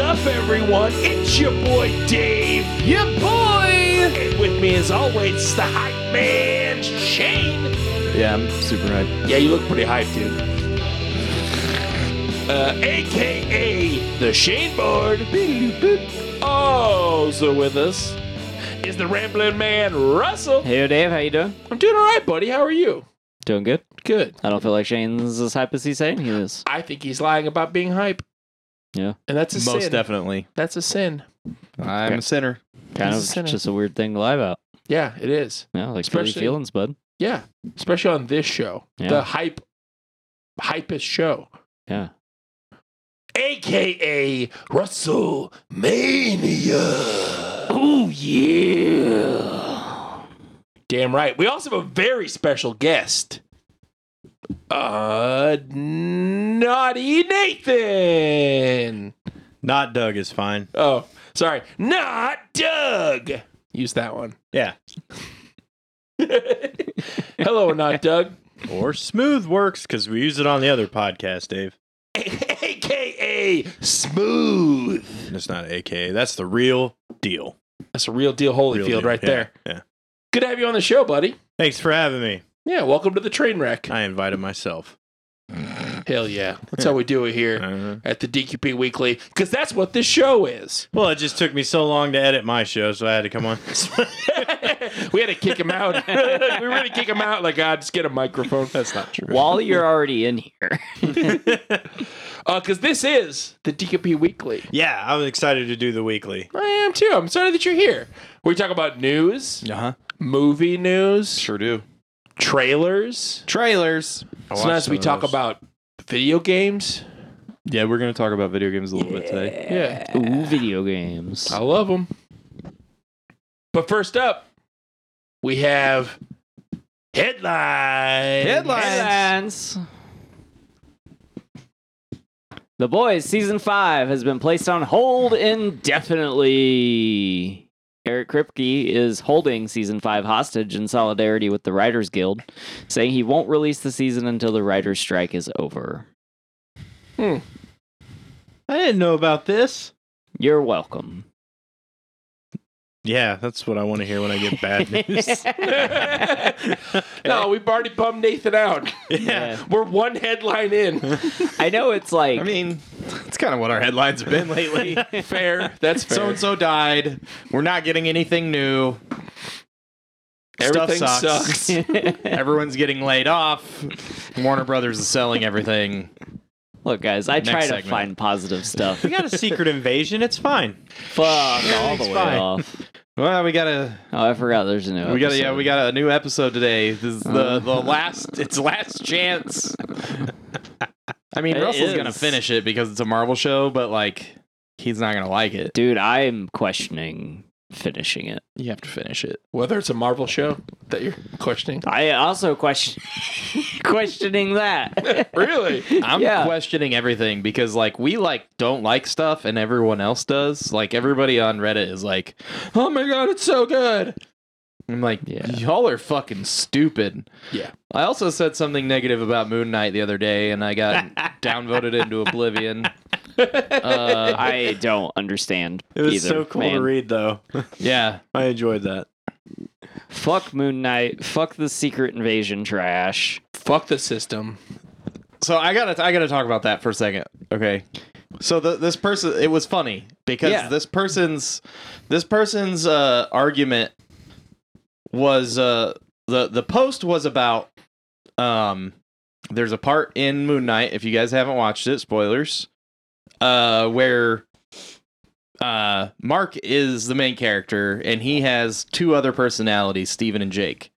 up, everyone? It's your boy Dave. Yeah, boy! And with me, as always, the hype man, Shane. Yeah, I'm super hyped. Yeah, you look pretty hyped, dude. Uh, AKA the Shane Board. Also with us is the rambling man, Russell. Hey, Dave, how you doing? I'm doing all right, buddy. How are you? Doing good. Good. I don't feel like Shane's as hype as he's saying he is. I think he's lying about being hype. Yeah. And that's a Most sin. definitely. that's a sin. I'm Okay. a sinner. Kind He's a sinner. of just a weird thing to lie about. Yeah, it is. Yeah, like Especially... Especially- feelings, bud. Yeah, especially on this show, Yeah. the hype, hypest show, Yeah. aka Russell Mania. Oh yeah, damn right. We also have a very special guest, uh, Naughty Nathan. Not Doug is fine. Oh, sorry, not Doug. Use that one. Yeah. Hello, not Doug. Or smooth works because we use it on the other podcast, Dave. AKA Smooth. And It's not AKA. That's the real deal. That's a real deal Real Holyfield deal. right Yeah, there. Yeah. Good to have you on the show, buddy. Thanks for having me. Yeah, welcome to the train wreck. I invited myself. Hell yeah. That's how we do it here Uh, at the DQP Weekly, because that's what this show is. Well, it just took me so long to edit my show, so I had to come on. we had to kick him out. we were going to kick him out. Like, ah, just get a microphone. That's not true. While you're already in here. Because Uh, this is the DQP Weekly. Yeah, I'm excited to do the weekly. I am too. I'm sorry that you're here. We talk about news, Uh huh. movie news, Sure do. trailers. Trailers. Sometimes we talk about video games. Yeah, we're gonna talk about video games a little bit today. Yeah. Ooh, video games. I love them. But first up, we have headlines. Headlines. The Boys season five has been placed on hold indefinitely. Eric Kripke is holding season five hostage in solidarity with the Writers Guild, saying he won't release the season until the writers' strike is over. I didn't know about this. You're welcome. Yeah, that's what I want to hear when I get bad news. no, we've already bummed Nathan out. Yeah. We're one headline in. I know it's like I mean, that's kind of what our headlines have been lately. Fair. That's fair. So and so died. We're not getting anything new. Everything Stuff sucks. sucks. Everyone's getting laid off. Warner Brothers is selling everything. look guys, I try to segment. find positive stuff. we got a secret invasion. It's fine. Fuck all the way Everything's fine. off. Well, we gotta, Oh, I forgot there's a new we gotta, yeah, episode. Uh-huh. we got a new episode today. This is the the last, it's last chance. I mean, It Russell's gonna is. finish it because it's a Marvel show, but like, he's not gonna like it. Dude, I'm questioning finishing it. You have to finish it. Whether it's a Marvel show that you're questioning. I also question questioning that. Really? I'm Yeah. questioning everything because like we like don't like stuff and everyone else does. Like everybody on Reddit is like, "Oh my god, it's so good." I'm like, Yeah. "Y'all are fucking stupid." Yeah. I also said something negative about Moon Knight the other day and I got downvoted into oblivion. Uh, I don't understand. It was either, so cool to man. read, though. yeah. I enjoyed that. Fuck Moon Knight. Fuck the Secret Invasion trash. Fuck the system. So I got to I got to talk about that for a second. Okay. So the, this person it was funny because Yeah. this person's this person's uh argument was uh the the post was about um there's a part in Moon Knight if you guys haven't watched it spoilers uh where uh Mark is the main character and he has two other personalities, Steven and Jake.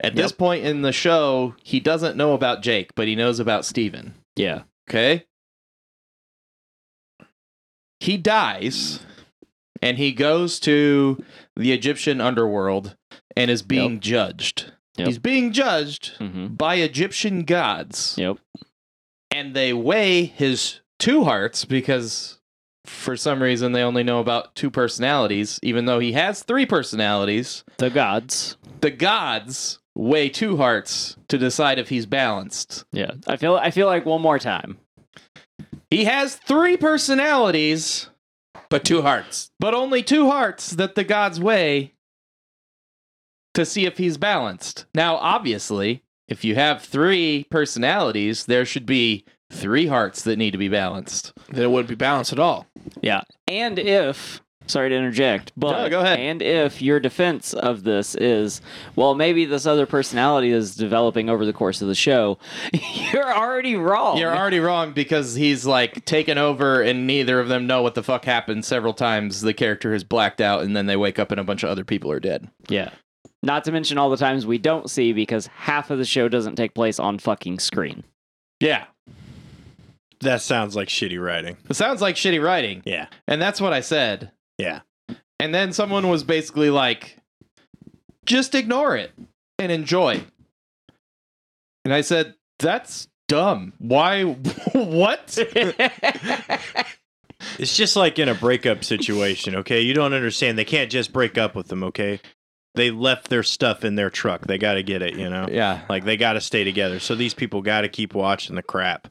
At this point in the show, he doesn't know about Jake, but he knows about Steven. Yeah. Okay. He dies and he goes to the Egyptian underworld and is being judged. Yep. He's being judged Mm-hmm. by Egyptian gods. Yep. And they weigh his two hearts because for some reason they only know about two personalities, even though he has three personalities. The gods. The gods weigh two hearts to decide if he's balanced. Yeah. I feel. I feel like one more time. He has three personalities, but two hearts. but only two hearts that the gods weigh to see if he's balanced. Now, obviously, if you have three personalities, there should be three hearts that need to be balanced. Then it wouldn't be balanced at all. Yeah. And if, sorry to interject, but No, go ahead. and if your defense of this is, well, maybe this other personality is developing over the course of the show, you're already wrong. You're already wrong because he's like taken over, and neither of them know what the fuck happened. Several times the character has blacked out, and then they wake up and a bunch of other people are dead. yeah. Not to mention all the times we don't see because half of the show doesn't take place on fucking screen. Yeah. That sounds like shitty writing. It sounds like shitty writing, Yeah. and that's what I said. Yeah. And then someone was basically like, just ignore it and enjoy. And I said, that's dumb. Why? what? It's just like in a breakup situation, okay? You don't understand. They can't just break up with them, okay? They left their stuff in their truck. They got to get it, you know? yeah, Like they got to stay together. So these people got to keep watching the crap.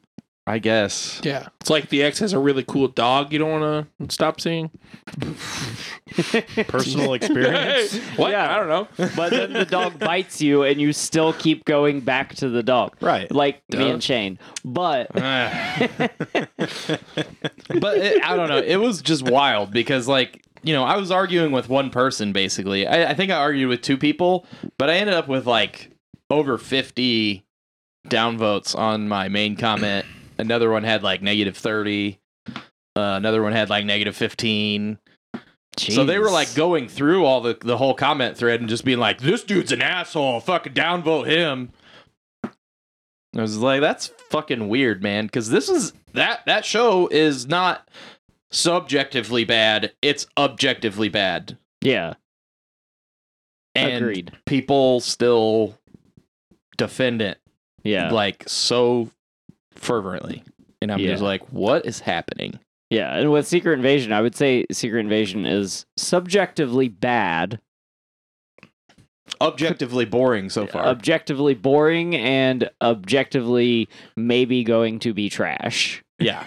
I guess. Yeah. It's like the ex has a really cool dog you don't want to stop seeing. Personal experience. what? Yeah. I don't know. But then the dog bites you and you still keep going back to the dog. right. Like me Duh. and Shane. But But it, I don't know. It was just wild because, like, you know, I was arguing with one person basically. I, I think I argued with two people, but I ended up with like over 50 downvotes on my main comment. Another one had like negative 30. Uh, another one had like negative 15. So they were Jeez. like going through all the the whole comment thread and just being like, "This dude's an asshole. Fucking downvote him." I was like, "That's fucking weird, man." Because this is that that show is not subjectively bad; it's objectively bad. Yeah. And Agreed. people still defend it Yeah. like so fervently, and I'm Yeah. just like, "What is happening?" Yeah, and with Secret Invasion, I would say Secret Invasion is subjectively bad, Objectively boring so far. objectively boring, and objectively maybe going to be trash. yeah,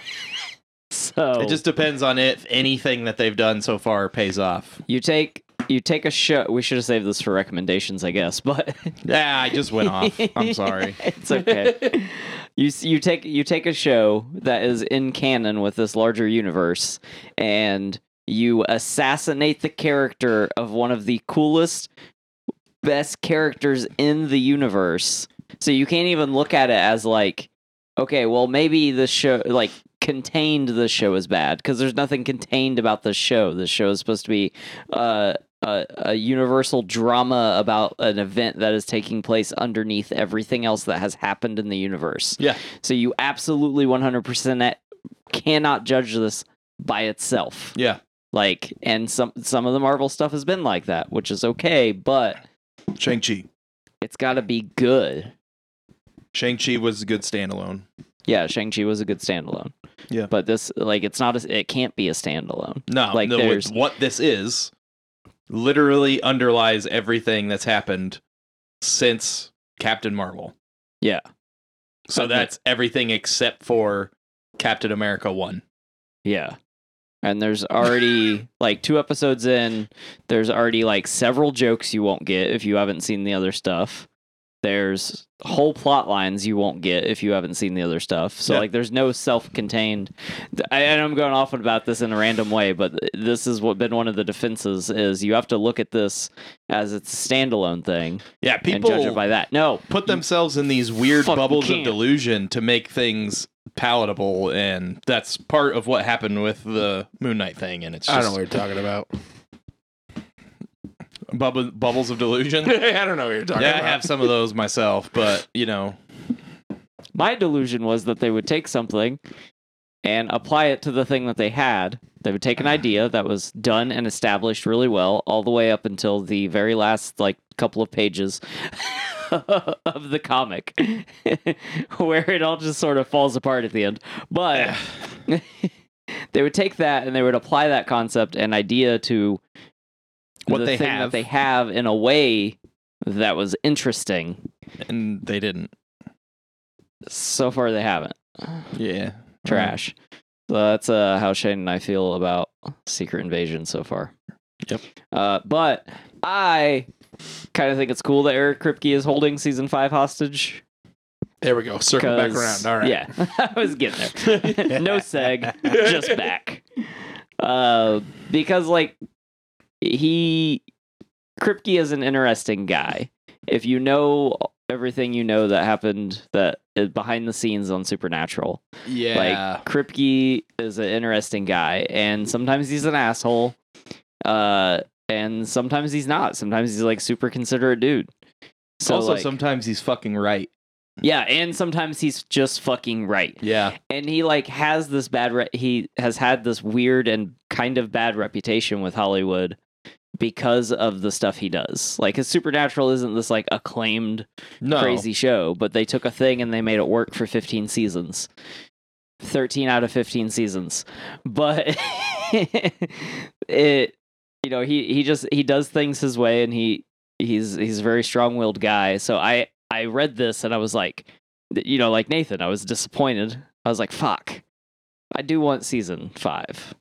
So it just depends on if anything that they've done so far pays off. you take you take a show. We should have saved this for recommendations, I guess, but Yeah, Ah, I just went off. I'm sorry. it's okay. you s- you take you take a show that is in canon with this larger universe, and you assassinate the character of one of the coolest, best characters in the universe. So you can't even look at it as like, okay, well maybe the show like contained the show is bad because there's nothing contained about the show. The show is supposed to be uh, a, a universal drama about an event that is taking place underneath everything else that has happened in the universe. Yeah. So you absolutely 100% at- cannot judge this by itself. Yeah. Like, and some some of the Marvel stuff has been like that, which is okay, but Shang-Chi. it's got to be good. Shang-Chi was a good standalone. Yeah, Shang Chi was a good standalone. Yeah. but this like it's not a, it can't be a standalone. No, Like, no, what- there's- what this is literally underlies everything that's happened since Captain Marvel. Yeah. So that's everything except for Captain America 1. Yeah. And there's already like two episodes in, there's already like several jokes you won't get if you haven't seen the other stuff. There's whole plot lines you won't get if you haven't seen the other stuff. So Yeah. like there's no self-contained I, and I'm going off about this in a random way, but this is what been one of the defenses is you have to look at this as it's a standalone thing Yeah, and judge people it by that. No, put themselves in these weird fucking bubbles can't. of delusion to make things palatable and that's part of what happened with the Moon Knight thing and it's I don't know just what you're talking about. bubble, bubbles of delusion. I don't know what you're talking Yeah, I about. have some of those myself, but you know, My delusion was that they would take something and apply it to the thing that they had. They would Ah. take an idea that was done and established really well, all the way up until the very last like couple of pages of the comic, where it all just sort of falls apart at the end. But they would take that and they would apply that concept and idea to What the they thing that have. they have in a way that was interesting. and they didn't. So far, they haven't. Uh-huh. Yeah. Trash. So that's uh, how Shane and I feel about Secret Invasion so far. Yep. Uh, but I kind of think it's cool that Eric Kripke is holding season five hostage. There we go. Circle back 'cause- around. All right. Yeah, I was getting there. no seg, just back. Uh, because like he, Kripke is an interesting guy. If you know everything you know that happened that is behind the scenes on Supernatural, Yeah. like Kripke is an interesting guy, and sometimes he's an asshole, uh, and sometimes he's not. Sometimes he's like super considerate dude. So also, like, sometimes he's fucking right. yeah, and sometimes he's just fucking right, Yeah. and he like has this bad. Re- he has had this weird and kind of bad reputation with Hollywood because of the stuff he does. Like his Supernatural isn't this like acclaimed No. crazy show, but they took a thing and they made it work for 15 seasons. 13 out of 15 seasons. But it you know, he he just he does things his way and he he's he's a very strong-willed guy. So I I read this and I was like you know, like Nathan, I was disappointed. I was like, "Fuck. I do want season 5."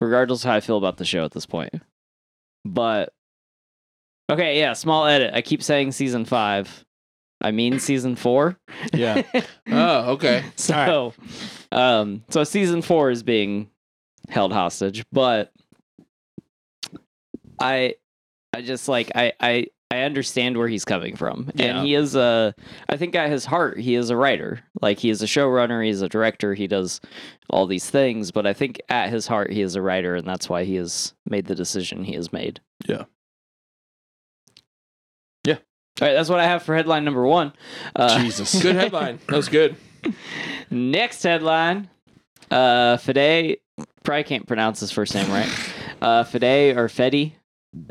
Regardless of how I feel about the show at this point. But Okay, yeah, small edit. I keep saying season 5. I mean season four. Yeah. Oh, okay. so, um, so season four is being held hostage, but I, I just like I I I understand where he's coming from, Yeah. and he is a. I think at his heart, he is a writer. Like he is a showrunner, he is a director, he does all these things. But I think at his heart, he is a writer, and that's why he has made the decision he has made. Yeah. Yeah. All right, that's what I have for headline number one. Uh, Jesus. Good headline. That was good. Next headline. Uh Fede probably can't pronounce his first name right. Uh Fede or Fede.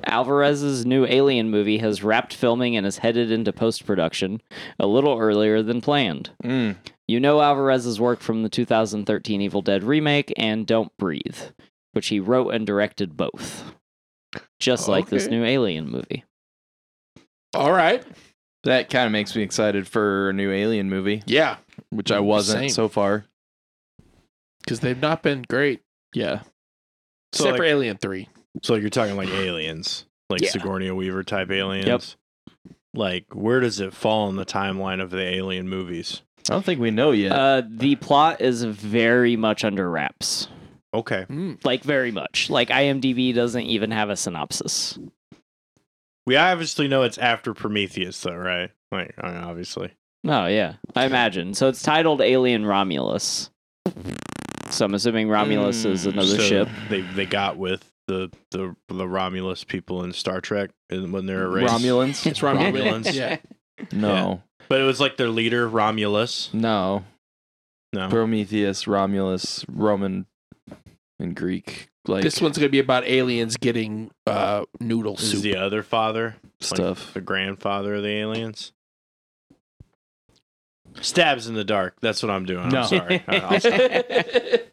Alvarez's new alien movie has wrapped filming and is headed into post production a little earlier than planned. Mm. You know Alvarez's work from the 2013 Evil Dead remake and Don't Breathe, which he wrote and directed both. Just like this Okay. new alien movie. All right. That kind of makes me excited for a new Alien movie, Yeah. which I wasn't Same. so far. Because they've not been great. Yeah. So, Except like- for Alien 3. So you're talking like aliens, like Yeah. Sigourney Weaver type aliens. Like, where does it fall in the timeline of the alien movies? I don't think we know yet. Uh, the plot is very much under wraps. Okay, Mm. like very much. Like IMDb doesn't even have a synopsis. we obviously know it's after Prometheus, though, right? Like, I mean, obviously. Oh yeah, I imagine. So it's titled Alien Romulus. So I'm assuming Romulus is Mm, another Hmm, So ship. They they got with the the the Romulus people in Star Trek and when they're a race. Romulans? It's Ron Romulans. Yeah. no. But it was like their leader Romulus. No. No. Prometheus, Romulus, Roman, and Greek. Like This one's going to be about aliens getting uh, noodle This is soup. the other father, stuff. the grandfather of the aliens. Stabs in the dark. That's what I'm doing. No. I'm sorry. I-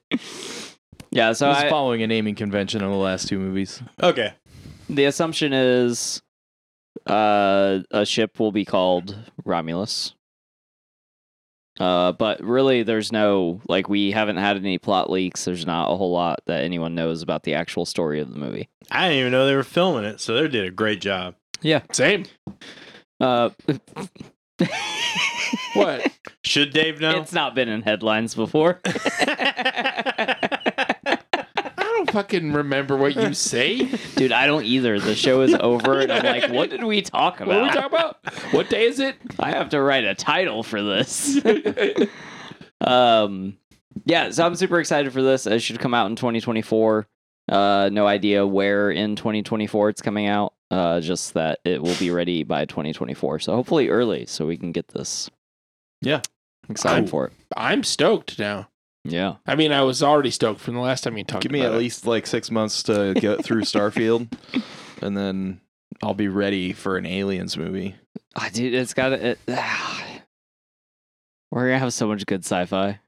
I'll yeah. So this is I, following a naming convention in the last two movies. Okay. the assumption is uh, a ship will be called Romulus. Uh, but really, there's no like we haven't had any plot leaks. There's not a whole lot that anyone knows about the actual story of the movie. I didn't even know they were filming it, so they did a great job. Same. Uh, What? Should Dave know? It's not been in headlines before. I don't fucking remember what you say. Dude, I don't either. The show is over, and I'm like, what did we talk What are we about? talking about? What day is it? I have to write a title for this. um, yeah, so I'm super excited for this. It should come out in 2024. Uh, no idea where in 2024 it's coming out. Uh, just that it will be ready by 2024. So hopefully early, so we can get this Excited. time for it. I'm stoked now. Yeah. I mean, I was already stoked from the last time you talked. Give me about at it. least like six months to get through Starfield, and then I'll be ready for an Aliens movie. Ah, dude, it's got it. we're gonna have so much good sci-fi.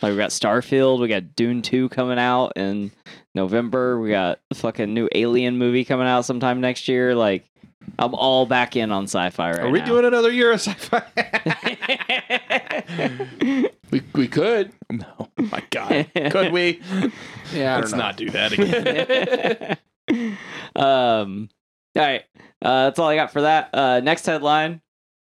Like we got Starfield, we got Dune Two coming out in November. We got the fucking new Alien movie coming out sometime next year. Like I'm all back in on sci-fi right now. Are we doing another year of sci-fi? it? We, we could. No, Oh my God, could we? Yeah, I Let's don't know. not do that again. um, all right. Uh, that's all I got for that. Uh, next headline.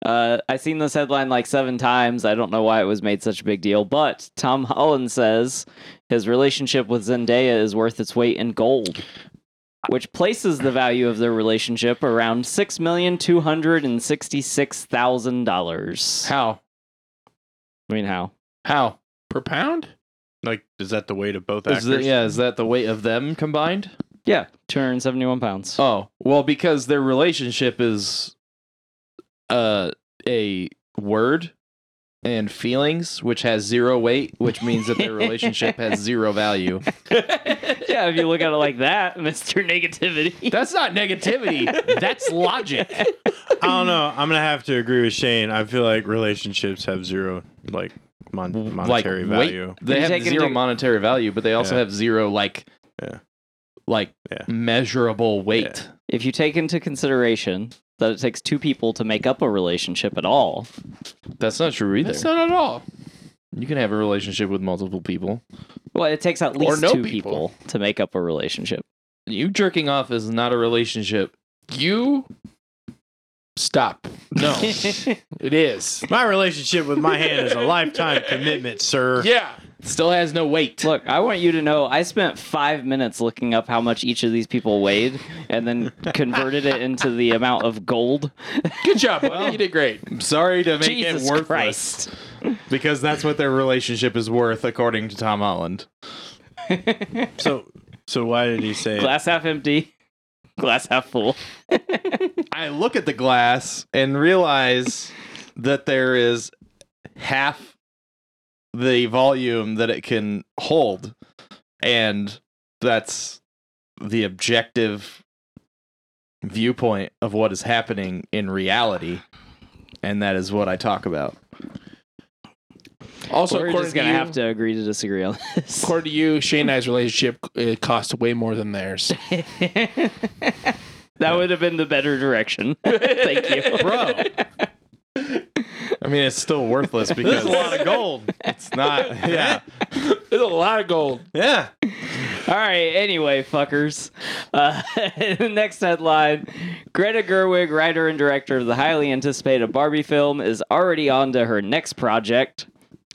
Uh, I seen this headline like seven times. I don't know why it was made such a big deal, but Tom Holland says his relationship with Zendaya is worth its weight in gold, which places the value of their relationship around six million two hundred and sixty-six thousand dollars. How? I mean, how? How? per pound. Like, is that the weight of both Is actors? that, yeah, is that the weight of them combined? Yeah, two hundred seventy-one pounds. Oh, well, because their relationship is uh, a word and feelings, which has zero weight, which means that their relationship has zero value. yeah, if you look at it like that, Mister Negativity. That's not negativity. That's logic. I don't know. I'm gonna have to agree with Shane. I feel like relationships have zero like mon- monetary like, weight- value. They You have take it zero into- monetary value, but they also Yeah. have zero like, Yeah. like Yeah. measurable weight. if you take into consideration that it takes two people to make up a relationship at all, That's not true either. That's not at all. you can have a relationship with multiple people. well, it takes at least no two people. people. to make up a relationship. You jerking off is not a relationship. You stop. No, it is. My relationship with my hand is a lifetime commitment, sir. Yeah. Still has no weight. Look, I want you to know I spent five minutes looking up how much each of these people weighed and then converted it into the amount of gold. Good job. buddy. you did great. I'm sorry to make it Jesus worthless Christ. because that's what their relationship is worth, according to Tom Holland. So, so why did he say? it? Glass half empty, glass half full. I look at the glass and realize that there is half the volume that it can hold, and that's the objective viewpoint of what is happening in reality, and that is what I talk about. Also, We're according just to, going to you, have to agree to disagree on this. according to you, Shane and I's relationship it cost way more than theirs. that would have been the better direction. Thank you. Bro. I mean, it's still worthless because That's a lot of gold. it's not. Yeah, There's a lot of gold. Yeah. All right. Anyway, fuckers. Uh, next headline: Greta Gerwig, writer and director of the highly anticipated Barbie film, is already on to her next project,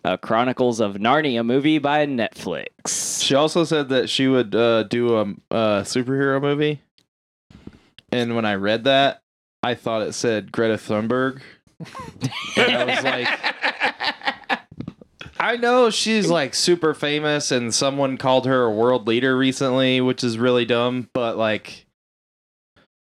a Chronicles of Narnia movie by Netflix. She also said that she would uh, do a, a superhero movie. And when I read that, I thought it said Greta Thunberg. and I was like, I know she's like super famous, and someone called her a world leader recently, which is really dumb, but like,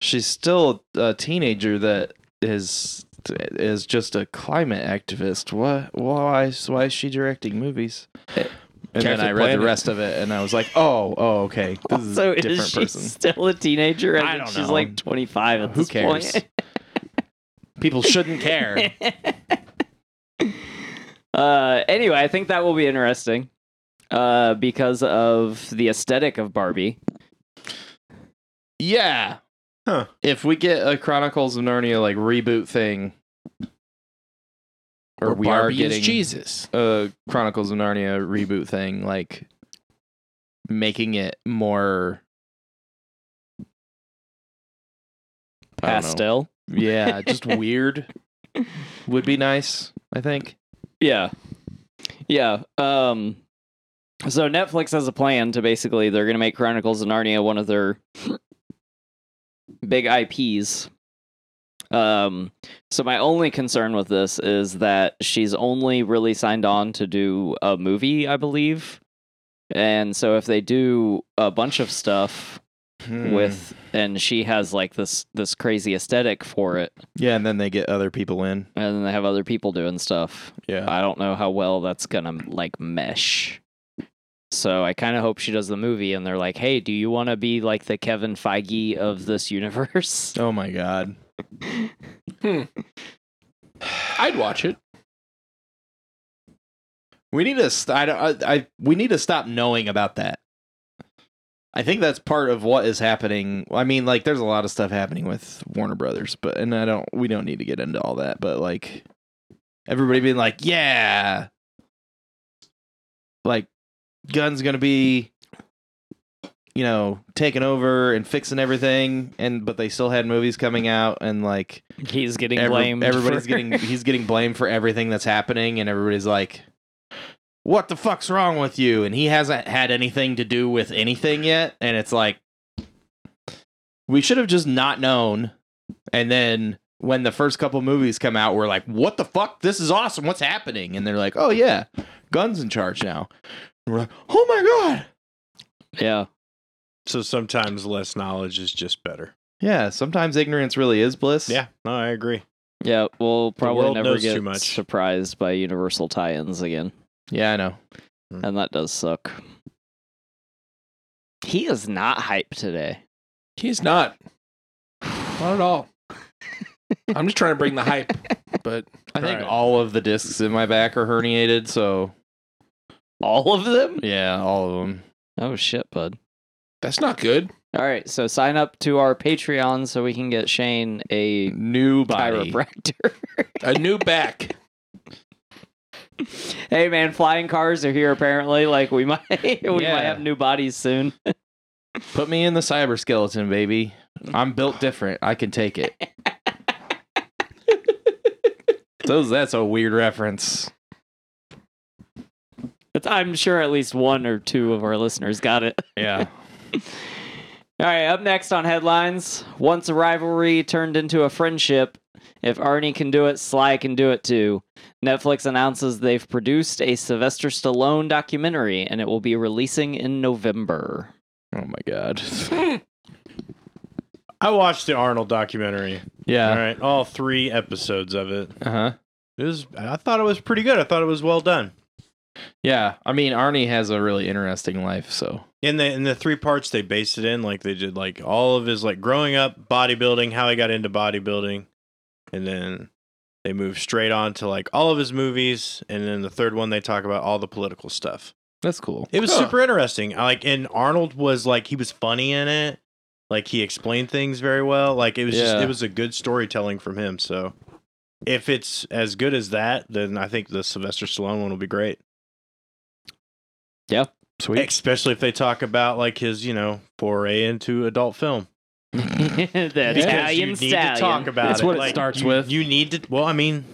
she's still a teenager that is is just a climate activist. What? Why? Why is she directing movies? And Captain then I read Planet. the rest of it, and I was like, "Oh, oh, okay. This is So a different is she person." still a teenager? I think don't She's know. like 25 at Who this cares? point. People shouldn't care. Uh, anyway, I think that will be interesting uh, because of the aesthetic of Barbie. yeah. Huh. If we get a Chronicles of Narnia like reboot thing, or, we are Barbie is getting Jesus. a Chronicles of Narnia reboot thing, like making it more I don't know. Pastel. Yeah, just weird would be nice. I think. Yeah. Yeah. Um so Netflix has a plan to basically they're going to make Chronicles of Narnia one of their big IPs. Um so my only concern with this is that she's only really signed on to do a movie, I believe. And so if they do a bunch of stuff Hmm. with and she has like this this crazy aesthetic for it yeah, and then they get other people in. and then they have other people doing stuff, Yeah. I don't know how well that's gonna like mesh. So I kind of hope she does the movie, and they're like, "Hey, do you want to be like the Kevin Feige of this universe?" Oh my god. I'd watch it. We need to. St- I, don't- I, I. We need to stop knowing about that. I think that's part of what is happening. I mean, like, there's a lot of stuff happening with Warner Brothers, but and I don't. We don't need to get into all that, but like, everybody being like, yeah, like Gunn's gonna be, you know, taking over and fixing everything, and but they still had movies coming out, and like He's getting every- blamed. everybody's for- getting he's getting blamed for everything that's happening, and everybody's like, "What the fuck's wrong with you?" And he hasn't had anything to do with anything yet, and it's like we should have just not known, and then. When the first couple movies come out, we're like, "What the fuck? This is awesome! What's happening?" And they're like, "Oh yeah, guns in charge now." And we're like, "Oh my god!" yeah. So sometimes less knowledge is just better. Yeah, sometimes ignorance really is bliss. Yeah, no, I agree. Yeah, we'll probably world never knows get too much. surprised by Universal tie-ins again, Yeah, I know. and that does suck. He is not hype today. He's not. Not at all. I'm just trying to bring the hype, but I think Right. all of the discs in my back are herniated, so All of them? yeah, all of them. Oh shit, bud. that's not good. All right, so sign up to our Patreon so we can get Shane a New body. chiropractor. A new back. hey man, flying cars are here apparently. Like we might we Yeah. might have new bodies soon. Put me in the cyber skeleton, baby. I'm built different. I can take it. so that's a weird reference. It's, I'm sure at least one or two of our listeners got it. Yeah. All right, up next on headlines. Once a rivalry turned into a friendship. If Arnie can do it, Sly can do it too. Netflix announces they've produced a Sylvester Stallone documentary and it will be releasing in November. Oh my god. I watched the Arnold documentary. All Yeah. right, all three episodes of it. Uh huh. It was. I thought it was pretty good. I thought it was well done. Yeah. I mean, Arnie has a really interesting life, so In the in the three parts they based it in, like they did like all of his like growing up, bodybuilding, how he got into bodybuilding, and then they moved straight on to like all of his movies, and then the third one they talk about all the political stuff. that's cool. It was Huh. super interesting. I Like, and Arnold was like, he was funny in it. Like, he explained things very well. Like, it was just, Yeah. it was a good storytelling from him. So, if it's as good as that, then I think the Sylvester Stallone one will be great. Sweet. Especially if they talk about like his, you know, foray into adult film. the Italian you need stallion. to talk about That's it. what it Like, starts you- with. You need to. Well, I mean,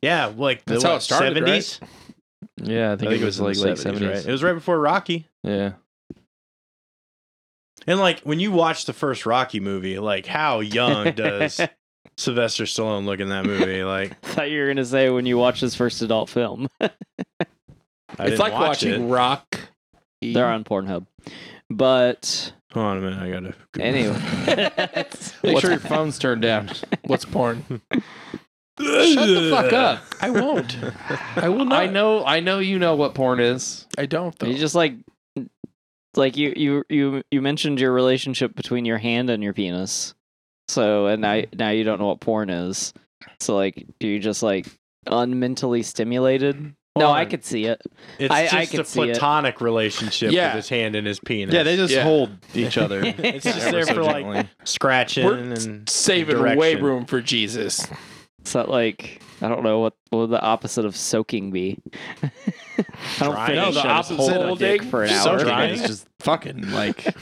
yeah, like the That's how what, it started, right? 70s? Yeah, I think, it was, in like the late 70s, seventies. Right? It was right before Rocky. Yeah. And like when you watch the first Rocky movie, like how young does Sylvester Stallone look in that movie? Like I thought you were going to say when you watch his first adult film. I it's didn't like watch watching It. Rock. They're on Pornhub. But Hold on a minute, I gotta. anyway. Make What's- sure your phone's turned down. What's porn? Shut the fuck up. I won't. I will not. I know. I know you know what porn is. I don't though. You just like like you you you you mentioned your relationship between your hand and your penis. So and I now you don't know what porn is. So like do you just like unmentally stimulated? No, I Porn. could see it. It's I- I just could a see it. platonic relationship Yeah. with his hand in his penis. Yeah, they just Yeah. hold each other. It's just ever there so for, like- gently. scratching We're and saving direction. way room for Jesus. So like I don't know what what would the opposite of soaking be. I don't Drying. think you should No, the just hold opposite a of dick dick- for an soaking hour. Soaking Drying. is just fucking like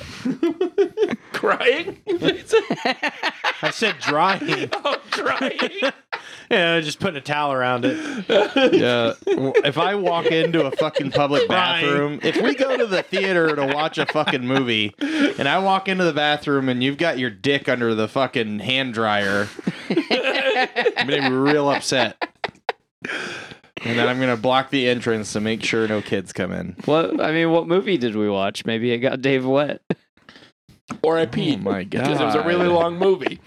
Crying? I said drying. oh, crying. yeah, just putting a towel around it. yeah. If I walk into a fucking public Crying. bathroom, if we go to the theater to watch a fucking movie, and I walk into the bathroom and you've got your dick under the fucking hand dryer, I'm gonna be real upset. And then I'm gonna block the entrance to make sure no kids come in. Oh What I mean, what movie did we watch? Maybe it got Dave wet. Or I peed. Oh my god! Because it was a really long movie.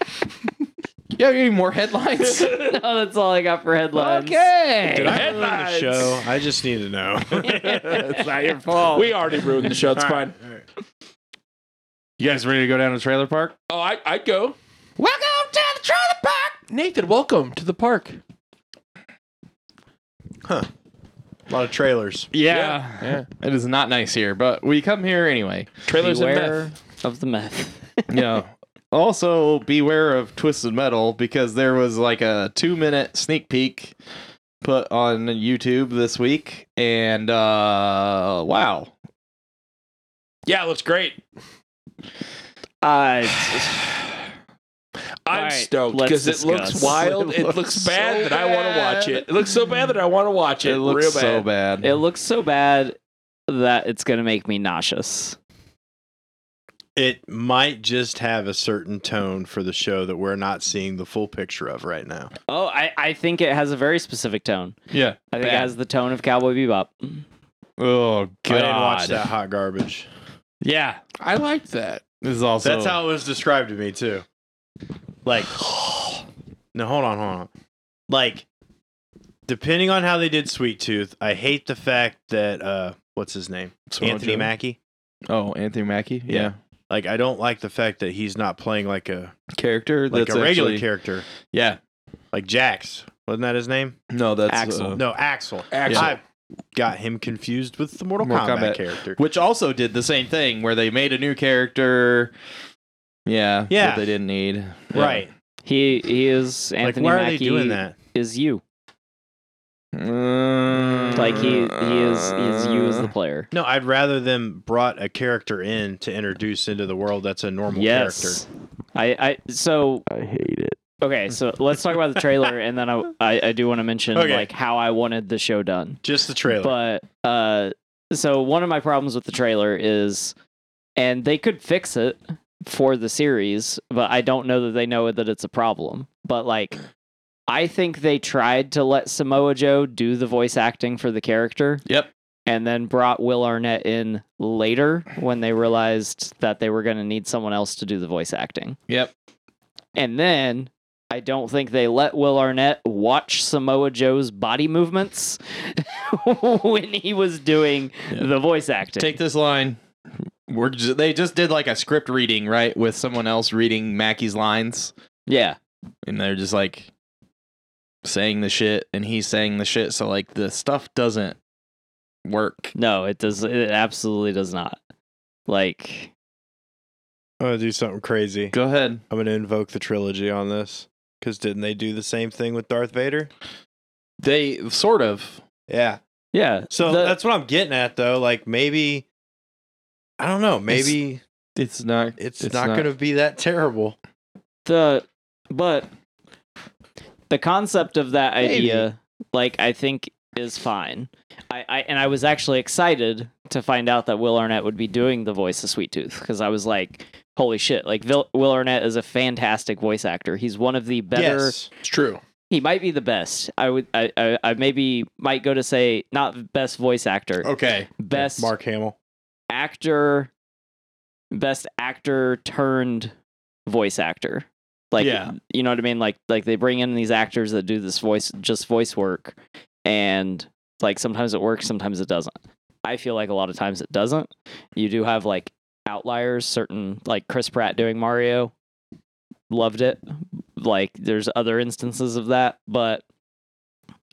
Yeah, you need more headlines. no, that's all I got for headlines. okay. Did I ruin the Headlines. show? I just need to know. it's not your fault. We already ruined the show. It's All fine. right, all right. You guys ready to go down to trailer park? Oh, I, I'd go. Welcome to the trailer park. Nathan, welcome to the park. A lot of trailers. Yeah. It is not nice here, but we come here anyway. Trailers Beware and meth. of the meth. Yeah. Also, beware of Twisted Metal because there was like a two minute sneak peek put on YouTube this week, and uh, wow, Yeah, it looks great. Uh, I'm All right, stoked let's because it discuss. looks wild. It It looks, looks bad so that I want to watch it. It looks so bad that I want to watch it. it looks Real bad. so bad. it looks so bad that it's gonna make me nauseous. It might just have a certain tone for the show that we're not seeing the full picture of right now. Oh, I, I think it has a very specific tone. yeah. I think it Bad. has the tone of Cowboy Bebop. Oh god. I didn't watch that hot garbage. Yeah. I liked that. This is also That's how it was described to me too. Like, no, hold on, hold on. Like, depending on how they did Sweet Tooth, I hate the fact that uh, what's his name, Samoa Anthony Joe. Mackie. Oh, Anthony Mackie. Yeah. Yeah. Like, I don't like the fact that he's not playing like a Character. like that's a regular actually- character, Yeah. like Jax. Wasn't that his name? No, that's Axel. uh, No, Axel. Axel. I got him confused with the Mortal, Mortal Kombat, Kombat. character. which also did the same thing where they made a new character. Yeah. Yeah. That they didn't need. Yeah. Right. He he is Anthony like, why Mackie. are they doing that? Is you Mm. like he he is he is you Uh, as the player? No, I'd rather them brought a character in to introduce into the world that's a normal Yes. I I so I hate it. okay. So let's talk about the trailer, and then I I, I do want to mention Okay. like how I wanted the show done. character. Just the trailer. But uh, so one of my problems with the trailer is, and they could fix it for the series, but I don't know that they know that it's a problem. But like, I think they tried to let Samoa Joe do the voice acting for the character, Yep. and then brought Will Arnett in later when they realized that they were going to need someone else to do the voice acting. Yep. And then I don't think they let Will Arnett watch Samoa Joe's body movements when he was doing Yeah. the voice acting. Take this line. We're ju- they just did like a script reading, right, with someone else reading Mackie's lines, yeah. and they're just like saying the shit, and he's saying the shit. So like the stuff doesn't work. No, it does it absolutely does not. Like I'm gonna do something crazy. Go ahead. I'm gonna invoke the trilogy on this because didn't they do the same thing with Darth Vader? They sort of. Yeah. yeah. So the- that's what I'm getting at, though. Like maybe, I don't know. Maybe It's not. it's, not, gonna be that terrible. the but the concept of that Maybe. idea like i think is fine I, I and i was actually excited to find out that will arnett would be doing the voice of sweet tooth because i was like holy shit like Vil- will arnett is a fantastic voice actor he's one of the better Yes. It's true. he might be the best i would I, I i maybe might go to say not best voice actor Oh, Okay. best Mark Hamill. actor best actor turned voice actor like Yeah. you know what i mean like like they bring in these actors that do this voice just voice work and like sometimes it works sometimes it doesn't i feel like a lot of times it doesn't you do have like outliers certain like chris pratt doing mario loved it like there's other instances of that but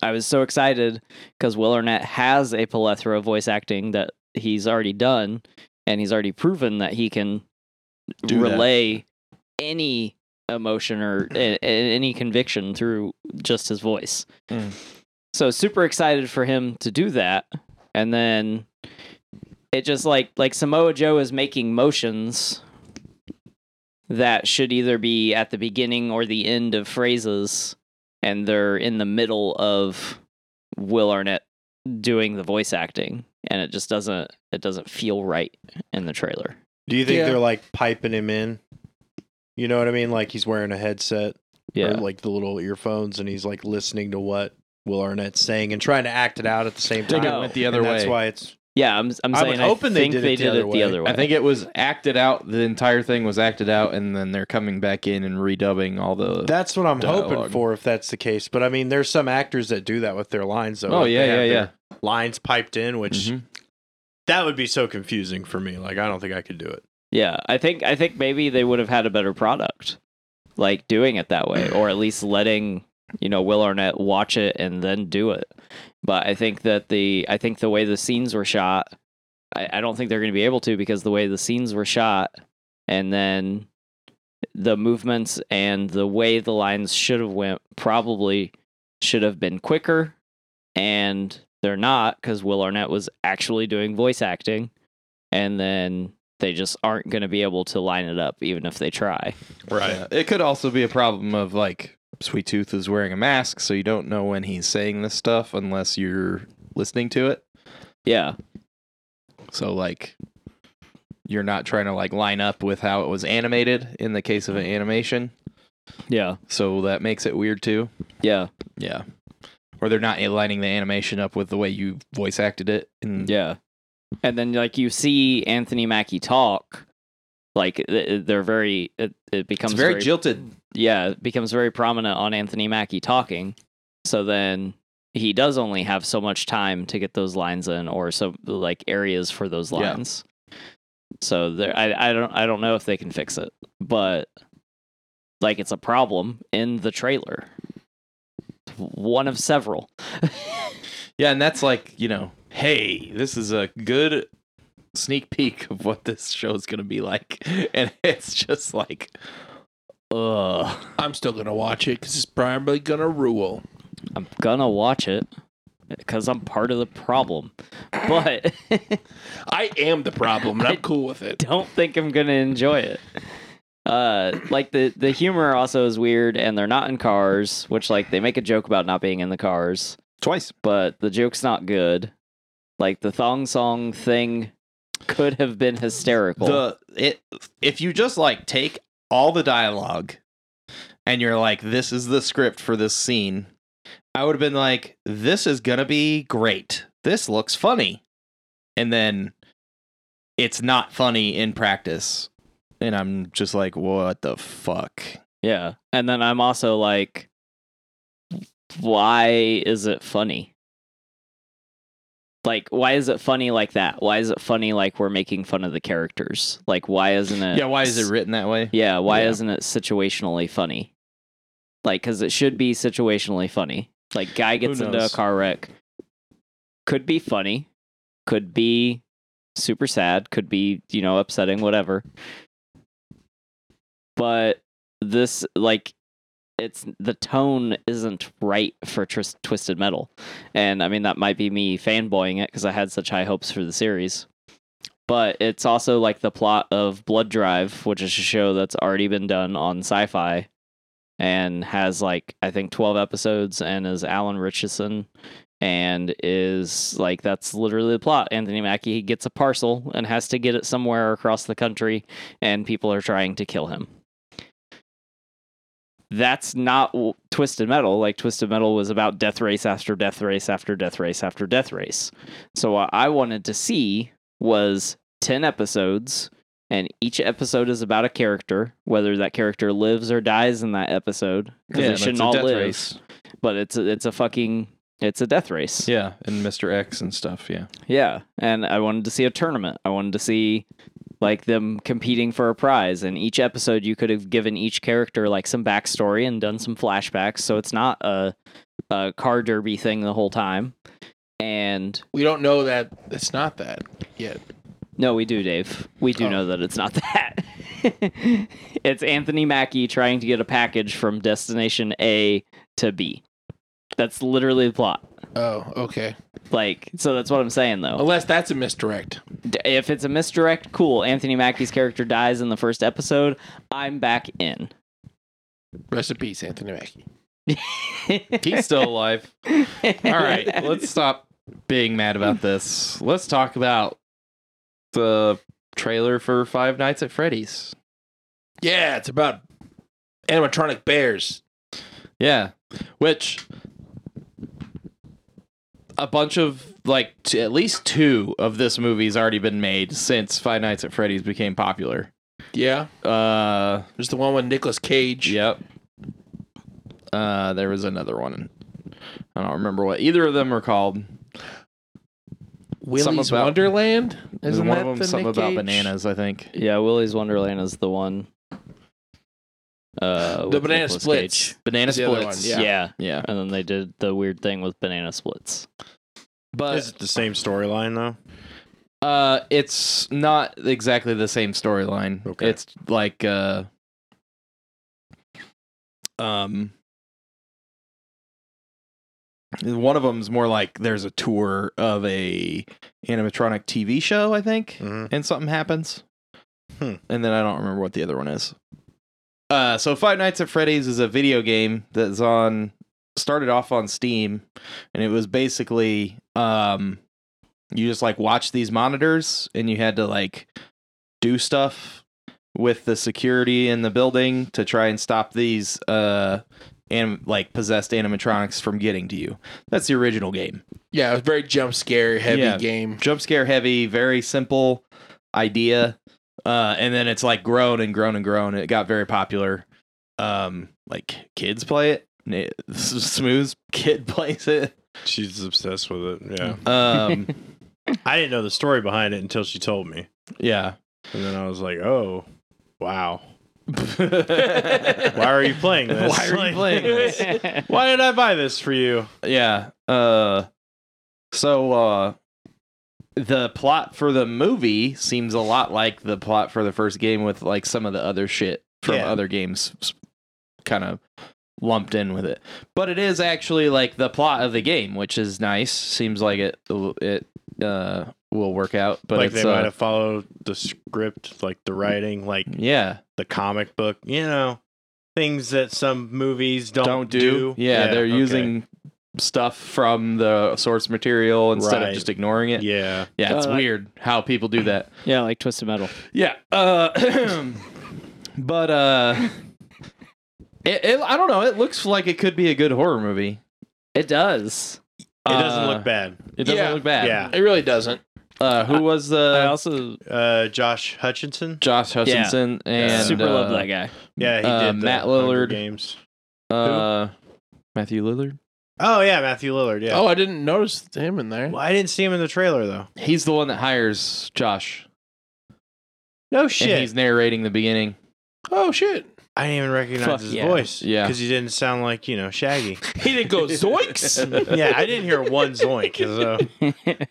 i was so excited because will arnett has a plethora of voice acting that he's already done and he's already proven that he can Do that. relay any emotion or a- a- any conviction through just his voice Mm. so super excited for him to do that and then it just like like samoa joe is making motions that should either be at the beginning or the end of phrases, and they're in the middle of Will Arnett doing the voice acting, and it just doesn't it doesn't feel right in the trailer. Do you think Yeah. they're like piping him in? You know what I mean? Like he's wearing a headset or Yeah, like the little earphones, and he's like listening to what Will Arnett's saying and trying to act it out at the same time. I think it No. went the other And way. that's why it's yeah. I'm I'm I saying was I, hoping they think did it they the did other it the way. other way. I think it was acted out. The entire thing was acted out, and then they're coming back in and redubbing all the. that's what I'm hoping Dialogue. for if that's the case. But I mean, there's some actors that do that with their lines though. oh Like, yeah, they yeah, have yeah. their Lines piped in, which Mhm. that would be so confusing for me. Like I don't think I could do it. yeah. I think I think maybe they would have had a better product, like doing it that way, or at least letting you know Will Arnett watch it and then do it. But I think that the I think the way the scenes were shot, I, I don't think they're going to be able to because the way the scenes were shot, and then the movements and the way the lines should have went probably should have been quicker and they're not because Will Arnett was actually doing voice acting, and then they just aren't going to be able to line it up even if they try. Yeah. It could also be a problem of like Sweet Tooth is wearing a mask, so you don't know when he's saying this stuff unless you're listening to it. Yeah, So like you're not trying to like line up with how it was animated in the case of an animation. yeah, So that makes it weird too. yeah, Yeah. Or they're not lining the animation up with the way you voice acted it. And yeah. And then like you see Anthony Mackie talk, like th- they're very it, it becomes it's very, jilted. yeah, it becomes very prominent on Anthony Mackie talking. So then he does only have so much time to get those lines in, or so like areas for those Yeah. lines. So there, I, I don't, I don't know if they can fix it, but like it's a problem in the trailer. One of several. Yeah, and that's like, you know, hey, this is a good sneak peek of what this show is going to be like. And it's just like ugh. I'm still gonna watch it because it's probably gonna rule. I'm gonna watch it because I'm part of the problem, but I am the problem, and I'm cool with it. don't think I'm gonna enjoy it. Uh, like the the humor also is weird, and they're not in cars, which like they make a joke about not being in the cars, Twice. but the joke's not good. Like the thong song thing could have been hysterical. The it if you just like take all the dialogue and you're like, this is the script for this scene, I would have been like, this is gonna be great. This looks funny. And then it's not funny in practice. And I'm just like, what the fuck? yeah, and then I'm also like, why is it funny? Like, why is it funny like that? Why is it funny like we're making fun of the characters? Like, why isn't it? Yeah, why is it written that way? Yeah, why Yeah. isn't it situationally funny? Like, because it should be situationally funny. Like, guy Who gets into a knows? car wreck. Could be funny. Could be super sad. Could be, you know, upsetting, whatever. But this, like, it's the tone isn't right for Tris- Twisted Metal. And I mean, that might be me fanboying it because I had such high hopes for the series but it's also like the plot of Blood Drive, which is a show that's already been done on sci fi and has like, I think, 12 episodes and is Alan Richardson and is like, that's literally the plot. Anthony Mackie gets a parcel and has to get it somewhere across the country, and people are trying to kill him. That's not w- Twisted Metal. Like, Twisted Metal was about death race after death race after death race after death race. So, what I wanted to see was 10 episodes and each episode is about a character whether that character lives or dies in that episode because Yeah, they shouldn't it's a all death live race. but it's a, it's a fucking it's a death race Yeah, and Mr. X and stuff, yeah. yeah and i wanted to see a tournament i wanted to see like them competing for a prize and each episode you could have given each character like some backstory and done some flashbacks so it's not a, a car derby thing the whole time and We don't know that it's not that yet. No, we do, Dave. We do Oh. know that it's not that. it's Anthony Mackie trying to get a package from destination A to B. That's literally the plot. Oh, okay. Like, so that's what I'm saying though. Unless that's a misdirect. D- If it's a misdirect, cool. Anthony Mackie's character dies in the first episode. I'm back in. Rest in peace, Anthony Mackie. He's still alive. All right, let's stop being mad about this. Let's talk about the trailer for Five Nights at Freddy's. Yeah, it's about animatronic bears. Yeah, which a bunch of like t- at least two of this movie's already been made since Five Nights at Freddy's became popular. Yeah, Uh, there's the one with Nicolas Cage. yep. Uh, there was another one. I don't remember what either of them are called. Willy's about- Wonderland. There's Isn't one that of them the something Nick about Cage? bananas, I think. Yeah, Willie's Wonderland is the one. Uh, The with banana Nicolas splits. Cage. Banana The other splits. one, yeah. yeah. Yeah. And then they did the weird thing with banana splits. But Uh, Is it the same storyline though? Uh, it's not exactly the same storyline. Okay. It's like uh, um, One of them's more like there's a tour of a animatronic TV show, I think, Mhm. and something happens. Hmm. And then I don't remember what the other one is. Uh, so Five Nights at Freddy's is a video game that's on started off on Steam, and it was basically um, you just like watch these monitors, and you had to like do stuff with the security in the building to try and stop these uh and like possessed animatronics from getting to you. That's the original game. Yeah, it was very jump scare heavy Yeah. game. Jump scare heavy, very simple idea. Uh and then it's like grown and grown and grown. It got very popular. Um like kids play it. Na- Smooth's kid plays it. She's obsessed with it. Yeah. Um I didn't know the story behind it until she told me. yeah. And then I was like, oh, wow. Why are you playing this? Why are you Like, playing this? Why did I buy this for you? Yeah. Uh so uh the plot for the movie seems a lot like the plot for the first game with like some of the other shit from Yeah. other games kind of lumped in with it. But it is actually like the plot of the game, which is nice. Seems like it it uh will work out, but like it's they might uh, have followed the script, like the writing, like yeah, the comic book, you know, things that some movies don't, don't do. Yeah, they're okay. using stuff from the source material instead Right. of just ignoring it. Yeah, Yeah. it's Uh, weird how people do that. yeah, like Twisted Metal. Yeah. Uh, but uh, it, it, I don't know. It looks like it could be a good horror movie. It does. It doesn't Uh, look bad. It doesn't Yeah. look bad. Yeah. It really doesn't. Uh, who was I the also Uh, Josh Hutchinson. Josh Hutchinson and super uh, love that guy. Yeah, he Uh, did the Matt Hunger Lillard. games. Uh, Matthew Lillard. Oh yeah, Matthew Lillard. Yeah. Oh, I didn't notice him in there. Well, I didn't see him in the trailer though. He's the one that hires Josh, No and shit. he's narrating the beginning. Oh shit! I didn't even recognize Fuck his yeah. voice. Yeah. Because he didn't sound like you know Shaggy. He didn't go zoinks. yeah, I didn't hear one zoink. So.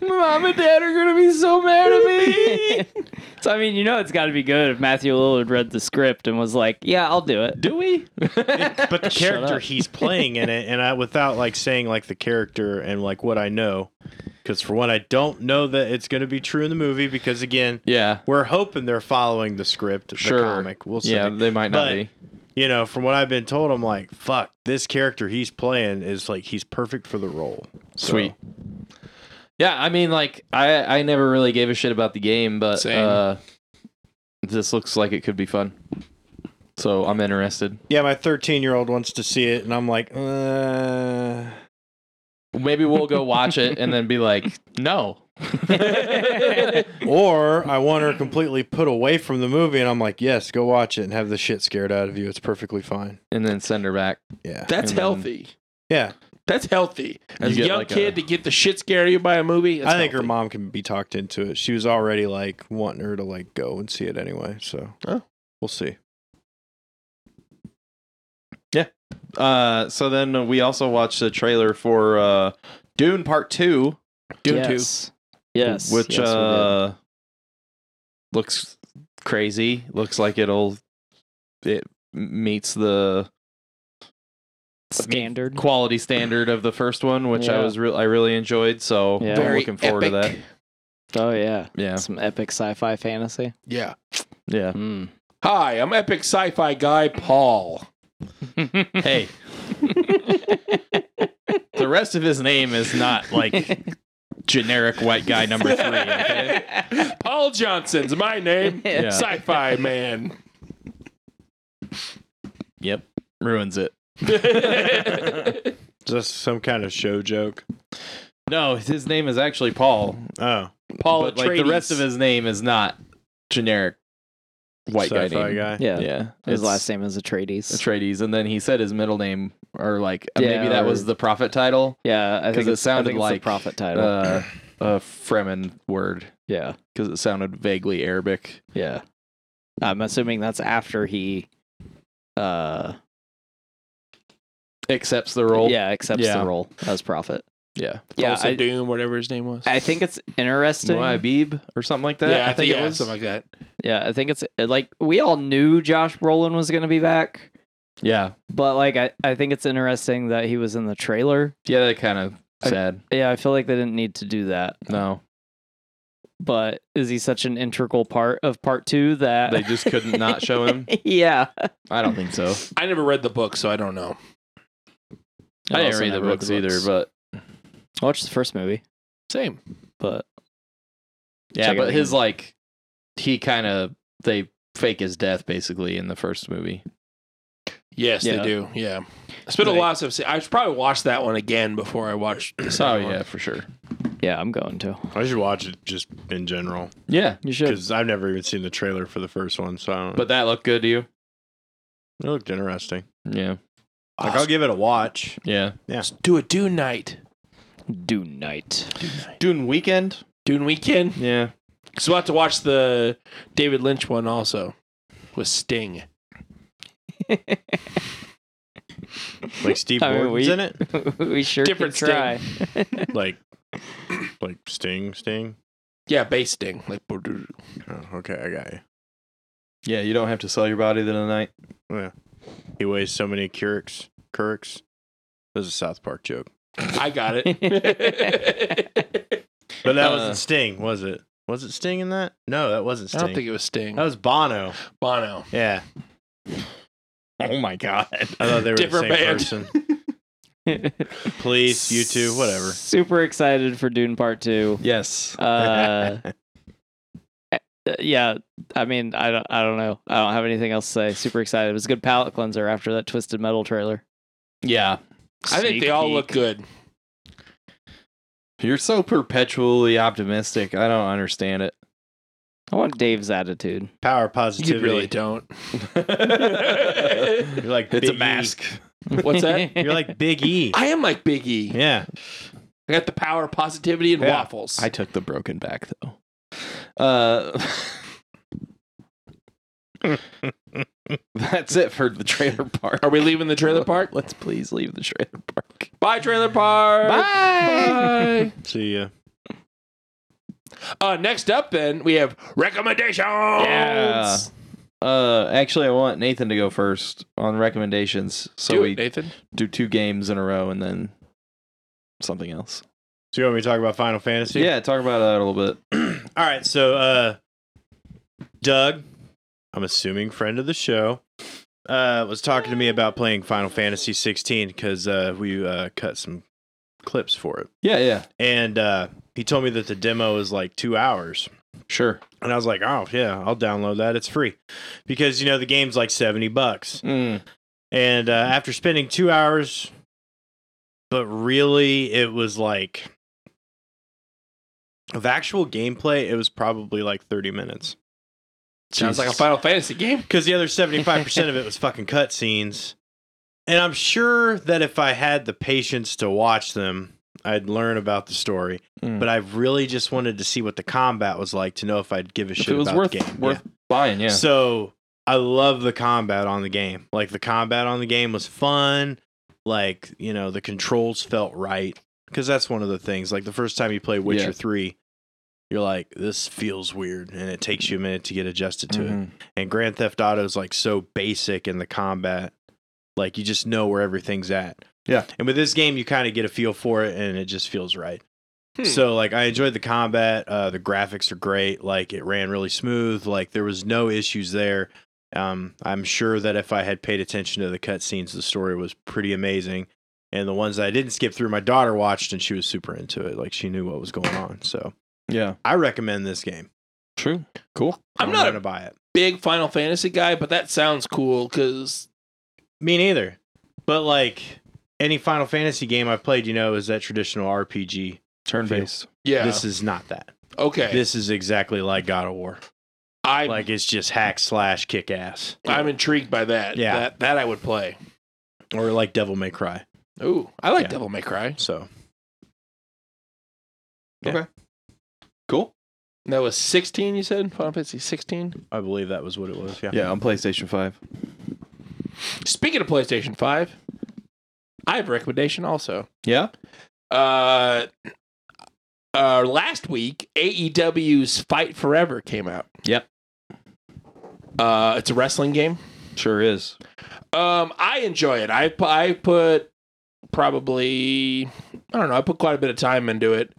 Mom and Dad are gonna be so mad at me. so I mean, you know, it's got to be good if Matthew Lillard read the script and was like, "Yeah, I'll do it." do we? But Shut the character up. he's playing in it, and I without like saying like the character and like what I know, because for one, I don't know that it's going to be true in the movie. Because again, yeah. we're hoping they're following the script, Sure. the comic. We'll see. Yeah, they might not But- be. you know, from what I've been told, I'm like, fuck, this character he's playing is like he's perfect for the role. So, Sweet. Yeah, I mean, like I I never really gave a shit about the game, but Same. uh, this looks like it could be fun. So I'm interested. Yeah, my 13 year old wants to see it, and I'm like, uh, Maybe we'll go watch it and then be like, no. or I want her completely put away from the movie, and I'm like, yes, go watch it and have the shit scared out of you. It's perfectly fine. and then send her back. Yeah, That's And then- healthy. yeah. That's healthy. As a You get young like kid to a- get the shit scared of you by a movie. I think her mom can be talked into it. She was already like wanting her to like go and see it anyway. So Oh. we'll see. Uh, so then we also watched the trailer for uh, Dune Part Two, Dune yes. Yes. Yes, which we did. uh, looks crazy. Looks like it'll it meets the standard. quality standard of the first one, which I Yeah. was real I really enjoyed. So Yeah. I'm Very looking forward epic. to Oh yeah. that. Yeah, Some epic sci-fi fantasy. Yeah. yeah. Mm. Hi, I'm epic sci-fi guy Paul. Hey, the rest of his name is not like generic white guy number three. Okay? Paul Johnson's my name. Yeah. Sci-fi man. Yep, ruins it. Is this some kind of show joke? No, his name is actually Paul. Oh, Paul but like the Atreides. rest of his name is not generic white guy sci-fi name. yeah. Yeah, His it's last name is Atreides. Atreides, and then he said his middle name, or like Yeah, maybe that or- was the prophet title. Yeah, I 'Cause think it it's- I sounded think it's like, the prophet title. uh, a Fremen word yeah, because it sounded vaguely Arabic. yeah. I'm assuming that's after he, uh, Accepts the role. yeah, accepts Yeah. the role as prophet. yeah. Yeah, also I, Doom, whatever his name was. I think it's interesting. Muad'Dib or something like that. yeah, I, think, it was something like that. Yeah, I think it's like we all knew Josh Brolin was going to be back. Yeah. But like I, I think it's interesting that he was in the trailer. Yeah, that kind of I- sad. Yeah, I feel like they didn't need to do that. No. But is he such an integral part of part two that They just couldn't not show him. Yeah. I don't think so. I never read the book, so I don't know. I didn't also read the never read books, the either, books. but I watched the first movie, Same. but yeah, Check it but out. his like he kind of they fake his death basically in the first movie. Yes, Yeah. they do. Yeah. It's been Right. a lot of. I should probably watch that one again before I watch. The Oh second one. yeah, for sure. yeah, I'm going to. I should watch it just in general Yeah, You should. because I've never even seen the trailer for the first one, so I don't. but that looked good to you. it looked interesting. Yeah, Like I'll give it a watch. yeah. Let's do a Dune night. Do night. Dune weekend. Dune weekend. Yeah, So we'll have to watch the David Lynch one also with Sting. Like Steve I mean, Gordon's we- in it. we sure Different can try. Like, like Sting, Sting. Yeah, bass Sting. Like, Oh, okay, I got you. yeah. You don't have to sell your body to the night. He weighs so many Keurigs. Keurigs. That was a South Park joke, I got it. but that Uh, wasn't Sting, was it? Was it Sting in that? No, that wasn't I Sting. don't think it was Sting. that was Bono. Bono. Yeah, Oh my god. I thought they were Different the same band. person. Police, you two, whatever. Super excited for Dune Part Two. Yes. Uh, yeah, I mean, I don't, I don't know. I don't have anything else to say. Super excited. It was a good palate cleanser after that Twisted Metal trailer. Yeah. I think they all Sneak look peek. good. You're so perpetually optimistic. I don't understand it. I want Dave's attitude. Power You positivity. really don't. You're like It's Big a E. mask. What's that? You're like Big E. I am like Big E. I yeah. got the power, of positivity, and Yeah. waffles. I took the broken back though. Uh That's it for the trailer park. Are we leaving the trailer park? Let's please leave the trailer park. Bye, trailer park. Bye. See ya. Uh, next up, then we have recommendations. Yeah. Uh actually I want Nathan to go first on recommendations. So Do we it, Nathan. do two games in a row and then something else. So you want me to talk about Final Fantasy? Yeah, talk about that a little bit. All right. So, uh, Doug, I'm assuming friend of the show, uh, was talking to me about playing Final Fantasy 16 because uh, we uh, cut some clips for it, Yeah, yeah. and uh, he told me that the demo is like two hours. Sure. And I was like, oh, yeah, I'll download that. It's free. Because, you know, the game's like 70 bucks. Mm. And uh, Mm-hmm. after spending two hours, but really, it was like, of actual gameplay, it was probably like 30 minutes. Sounds like a Jesus. Final Fantasy game. Because the other 75% of it was fucking cutscenes. And I'm sure that if I had the patience to watch them, I'd learn about the story. Mm. But I really just wanted to see what the combat was like to know if I'd give a If shit it was about worth the game. worth buying, yeah. So I love the combat on the game. Like the combat on the game was fun. Like, you know, the controls felt right. Cause that's one of the things. Like the first time you play Witcher Yeah. 3, you're like, this feels weird. And it takes you a minute to get adjusted to it. Mhm. And Grand Theft Auto is like so basic in the combat. Like you just know where everything's at. Yeah. And with this game, you kind of get a feel for it and it just feels right. Hmm. So like I enjoyed the combat. Uh, the graphics are great. Like it ran really smooth. Like there was no issues there. Um, I'm sure that if I had paid attention to the cutscenes, the story was pretty amazing. And the ones that I didn't skip through, my daughter watched and she was super into it. Like she knew what was going on. So Yeah. I recommend this game. True. Cool. I'm not a- gonna buy it. Big Final Fantasy guy, but that sounds cool because Me neither. But like any Final Fantasy game I've played, you know, is that traditional RPG. Turn based. yeah. This is not that. okay. This is exactly like God of War. I Like it's just hack slash kick ass. I'm intrigued by that. Yeah. That that I would play. or like Devil May Cry. Ooh, I like Yeah. Devil May Cry. So Cool. That was 16. You said Final Fantasy 16. I believe that was what it was. Yeah. Yeah, on PlayStation 5. Speaking of PlayStation 5, I have a recommendation also. Yeah? Uh, uh, last week AEW's Fight Forever came out. Yep. Uh, it's a wrestling game. Sure is. Um, I enjoy it. I pu- I put probably I don't know. I put quite a bit of time into it.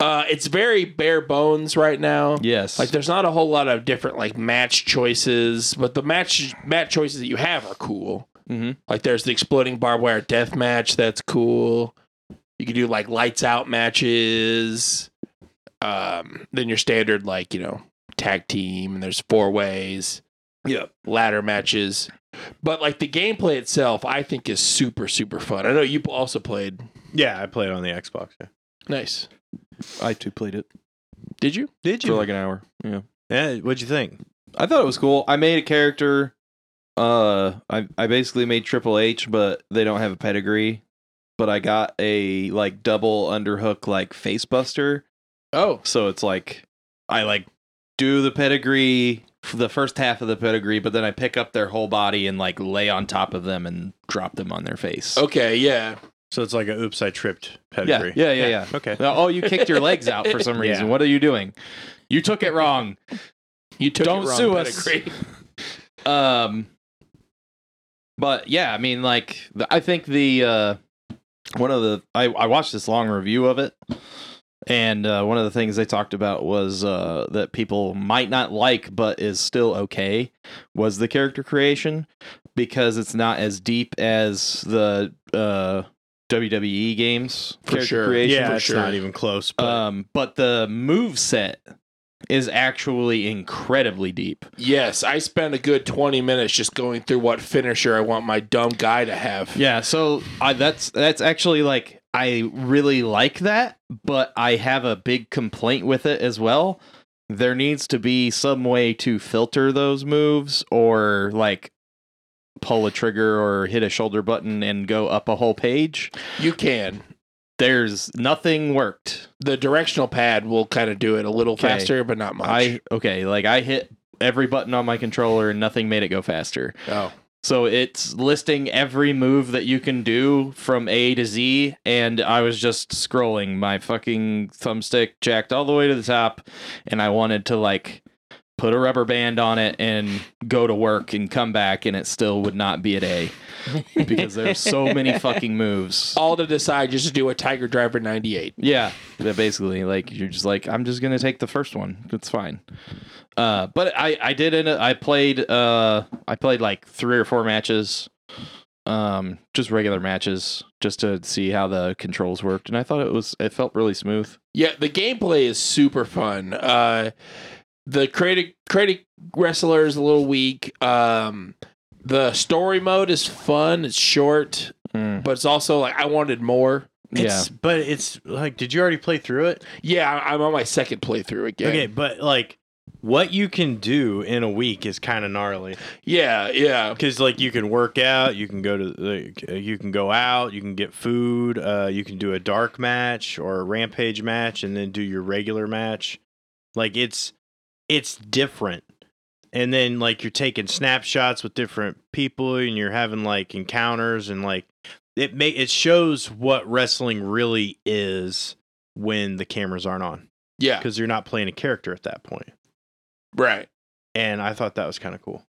Uh, it's very bare bones right now. Yes. Like there's not a whole lot of different like match choices, but the match match choices that you have are cool. Mhm. Like there's the exploding barbed wire death match. That's cool. You can do like lights out matches. Um, then your standard like you know tag team and there's four ways. Yeah. Ladder matches. But like the gameplay itself, I think is super super fun. I know you also played. Yeah, I played on the Xbox. Yeah. Nice. I too played it Did you? Did for like an hour. Yeah. yeah, what'd you think? I thought it was cool. I made a character. Uh, I I basically made Triple H, but they don't have a pedigree. But I got a like double underhook like face buster. Oh, So it's like I like do the pedigree, f- the first half of the pedigree, but then I pick up their whole body and like lay on top of them and drop them on their face. okay, yeah. So it's like a oops, I tripped Oh, Yeah, pedigree. yeah, yeah, yeah. Okay. Now, Oh, you kicked your legs out for some reason. Yeah. What are you doing? You took it wrong. You took Don't it wrong, sue us. pedigree. Um, but yeah, I mean, like, the, I think the uh, one of the I, I watched this long review of it, and uh, one of the things they talked about was uh, that people might not like, but is still okay, was the character creation because it's not as deep as the uh, WWE games For character sure. creation. Yeah, for it's sure. Uh, not even close. But Um, but the move set is actually incredibly deep. Yes, I spent a good 20 minutes just going through what finisher I want my dumb guy to have. Yeah, so I that's that's actually like I really like that, but I have a big complaint with it as well. There needs to be some way to filter those moves or like pull a trigger or hit a shoulder button and go up a whole page. You can. There's nothing worked. The directional pad will kind of do it a little Okay. faster, but not much. I okay, like I hit every button on my controller and nothing made it go faster. oh. So it's listing every move that you can do from A to Z, and I was just scrolling my fucking thumbstick jacked all the way to the top, and I wanted to like put a rubber band on it and go to work and come back, and it still would not be at A because there's so many fucking moves. All to decide just to do a Tiger Driver 98. Yeah, that basically, like you're just like I'm just gonna take the first one. It's fine. Uh, but I I did end up, I played uh I played like three or four matches, um just regular matches just to see how the controls worked, and I thought it was it felt really smooth. Yeah, the gameplay is super fun. Uh, the creative creative wrestler is a little weak. Um, the story mode is fun. It's short, but it's also like I wanted more. Yeah, Hmm. It's- but it's like, did you already play through it? Yeah, I- I'm on my second playthrough again. Okay, but like, what you can do in a week is kind of gnarly Yeah, yeah. because like you can work out, you can go to, like, uh, you can go out, you can get food, uh, you can do a dark match or a rampage match, and then do your regular match. Like it's it's different. And then like you're taking snapshots with different people, and you're having like encounters, and like it may it shows what wrestling really is when the cameras aren't on. Yeah, because you're not playing a character at that point. right. And I thought that was kind of cool.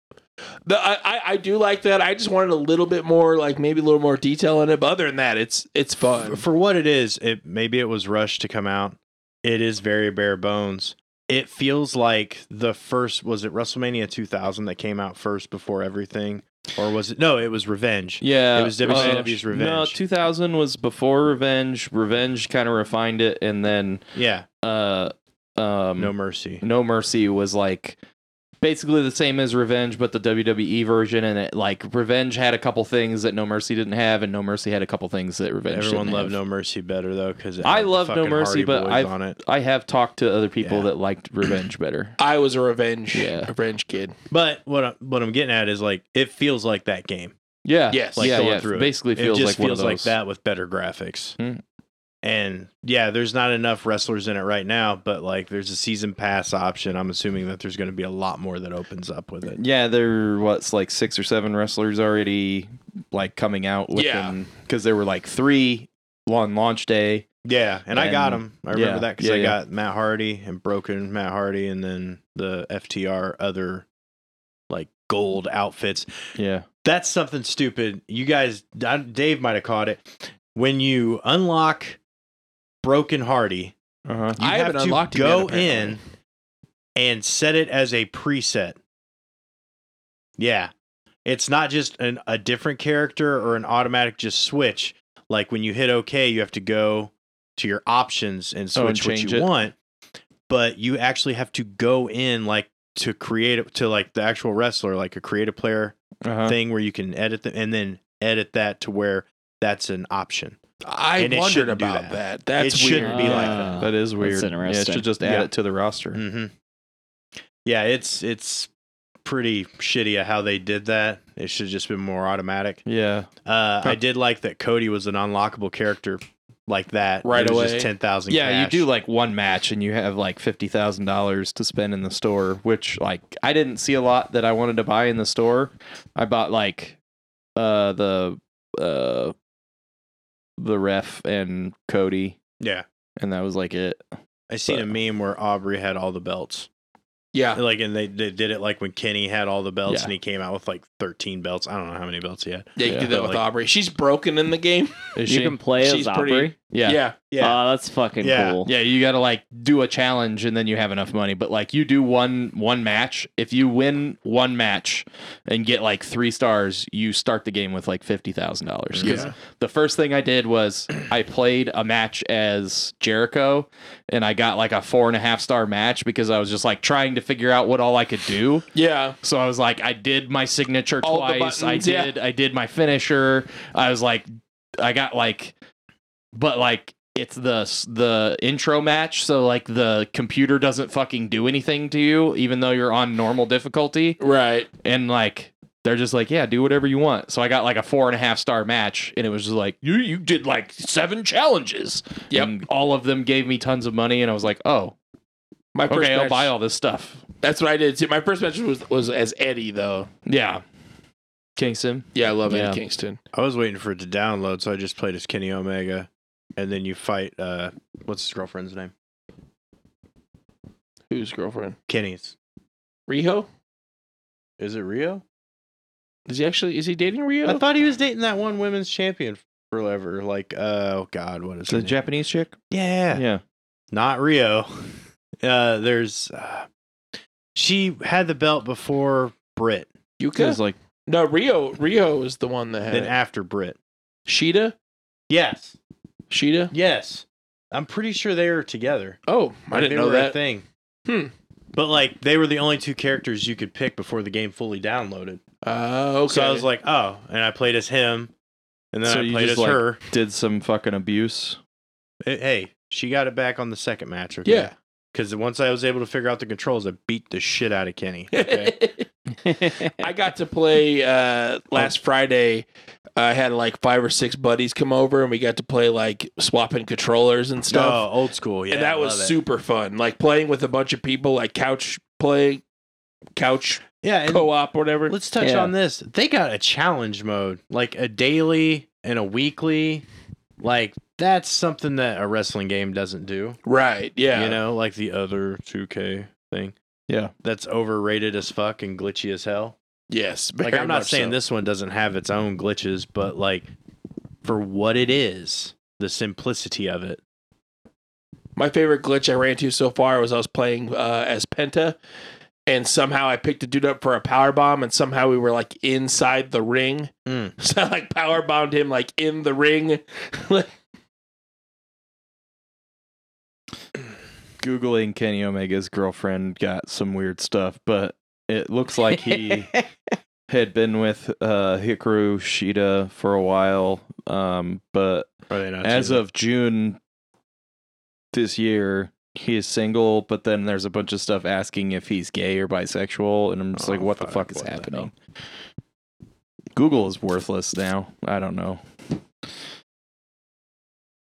The, I, I- I do like that. I just wanted a little bit more, like maybe a little more detail in it. But other than that, it's it's fun. For, for what it is, it maybe it was rushed to come out. It is very bare bones. It feels like the first was it WrestleMania 2000 that came out first before everything, or was it? No, it was Revenge. yeah. Uh, It was WCW's No, Revenge. 2000 was before Revenge. Revenge kind of refined it, and then Yeah, uh um No Mercy. No Mercy was like basically the same as Revenge, but the WWE version, and it like Revenge had a couple things that No Mercy didn't have, and No Mercy had a couple things that Revenge. Everyone didn't loved have. No Mercy better though because I love No Mercy, but I've- on it. I have talked to other people Yeah. that liked Revenge better. I was a revenge, Yeah. revenge kid. But what I, what I'm getting at is like it feels like that game. Yeah. Yes. like yeah. going yeah. through it. basically it feels just like one of feels like those. that with better graphics. Hmm. And yeah, there's not enough wrestlers in it right now, but like there's a season pass option. I'm assuming that there's going to be a lot more that opens up with it. Yeah, there was like six or seven wrestlers already like coming out with Yeah. them because there were like three on launch day. Yeah, and I got And- them. I remember that yeah, 'cause that because yeah, I yeah. got Matt Hardy and Broken Matt Hardy, and then the FTR other like gold outfits. Yeah. that's something stupid. You guys, I- Dave might have caught it. When you unlock Broken Hardy, Uh-huh. you I have haven't to unlocked it yet, go apparently. in and set it as a preset. Yeah. It's not just an, a different character or an automatic just switch. Like when you hit OK, you have to go to your options and Oh, and switch what change you it. want. But you actually have to go in like to create it to like the actual wrestler, like a creative player Uh-huh. thing where you can edit them and then edit that to where that's an option. I And it wondered shouldn't do about that. that. That's It weird. shouldn't be like that. Ah, That is weird. Yeah, it interesting. should just add Yeah. it to the roster. hmm Yeah, it's it's pretty shitty how they did that. It should have just been more automatic. Yeah. Uh, I did like that Cody was an unlockable character like that Right It was away. Just Ten thousand. Yeah, you do like one match and you have like fifty thousand dollars to spend in the store, which like I didn't see a lot that I wanted to buy in the store. I bought like uh the uh the ref and Cody, Yeah, and that was like it. I seen a meme where Aubrey had all the belts. Yeah. Like, and they, they did it like when Kenny had all the belts Ah. Yeah. and he came out with like thirteen belts. I don't know how many belts he had. Yeah, you Yeah. do that with Like- Aubrey. She's broken in the game. Is you she? can play as she's Aubrey. pretty- yeah. yeah. yeah. Yeah, Oh, that's fucking Yeah. cool. you gotta like do a challenge and then you have enough money. But like you do one one match. If you win one match and get like three stars, you start the game with like fifty thousand dollars. Yeah. the first thing I did was I played a match as Jericho and I got like a four and a half star match because I was just like trying to figure out what all I could do. Yeah. So I was like, I did my signature All the twice. I buttons, yeah. did I did my finisher. I was like I got like but like it's the the intro match, so like the computer doesn't fucking do anything to you, even though you're on normal difficulty Right. and like they're just like, yeah, do whatever you want. So I got like a four and a half star match, and it was just like, you you did like seven challenges. Yep. And all of them gave me tons of money, and I was like, oh, My first okay, I'll match- buy all this stuff. That's what I did too. My first match was was as Eddie though. Yeah, Kingston. Yeah, I love Yeah. Eddie Kingston. I was waiting for it to download, so I just played as Kenny Omega, and then you fight. uh What's his girlfriend's name? Whose girlfriend? Kenny's. Riho? Is it Rio? Is he actually is he dating Rio? I thought he was dating that one women's champion forever. Like, uh, oh God, what is her name? Japanese chick. yeah, Yeah. not Rio. Uh, there's. Uh, she had the belt before Brit, It Yuka? was like no, Rio Rio is the one that had then it. after Brit. Sheeta? Yes, Sheeta? yes. I'm pretty sure they were together. Oh, I Like, didn't they know were a that. thing. Hmm. But like, they were the only two characters you could pick before the game fully downloaded. Uh, okay. So I was like, oh, and I played as him, and then So I you played just, as like- her. did some fucking abuse. Eh, Hey, she got it back on the second match. Okay? Yeah. Because once I was able to figure out the controls, I beat the shit out of Kenny. Okay. I got to play uh, last Friday. I had like five or six buddies come over, and we got to play like swapping controllers and stuff. Oh, old school. Yeah. and that I was love it. super fun. Like playing with a bunch of people, like couch play, couch Yeah. And co-op, whatever. let's touch Yeah. on this. They got a challenge mode, like a daily and a weekly. Like, that's something that a wrestling game doesn't do. Right? Yeah. You know, like the other 2K thing. Yeah. That's overrated as fuck and glitchy as hell. Yes. like very I'm not much saying so. this one doesn't have its own glitches, but like for what it is, the simplicity of it. My favorite glitch I ran to so far was I was playing uh, as Penta, and somehow I picked a dude up for a power bomb, and somehow we were like inside the ring, Mm. so I like power bombed him like in the ring. Googling Kenny Omega's girlfriend got some weird stuff, but it looks like he had been with uh, Hikaru Shida for a while, um, but Are they not as of June this year, he is single, but then there's a bunch of stuff asking if he's gay or bisexual, and I'm just like, Oh, what the fuck, fuck is what the happening? Google is worthless now. I don't know.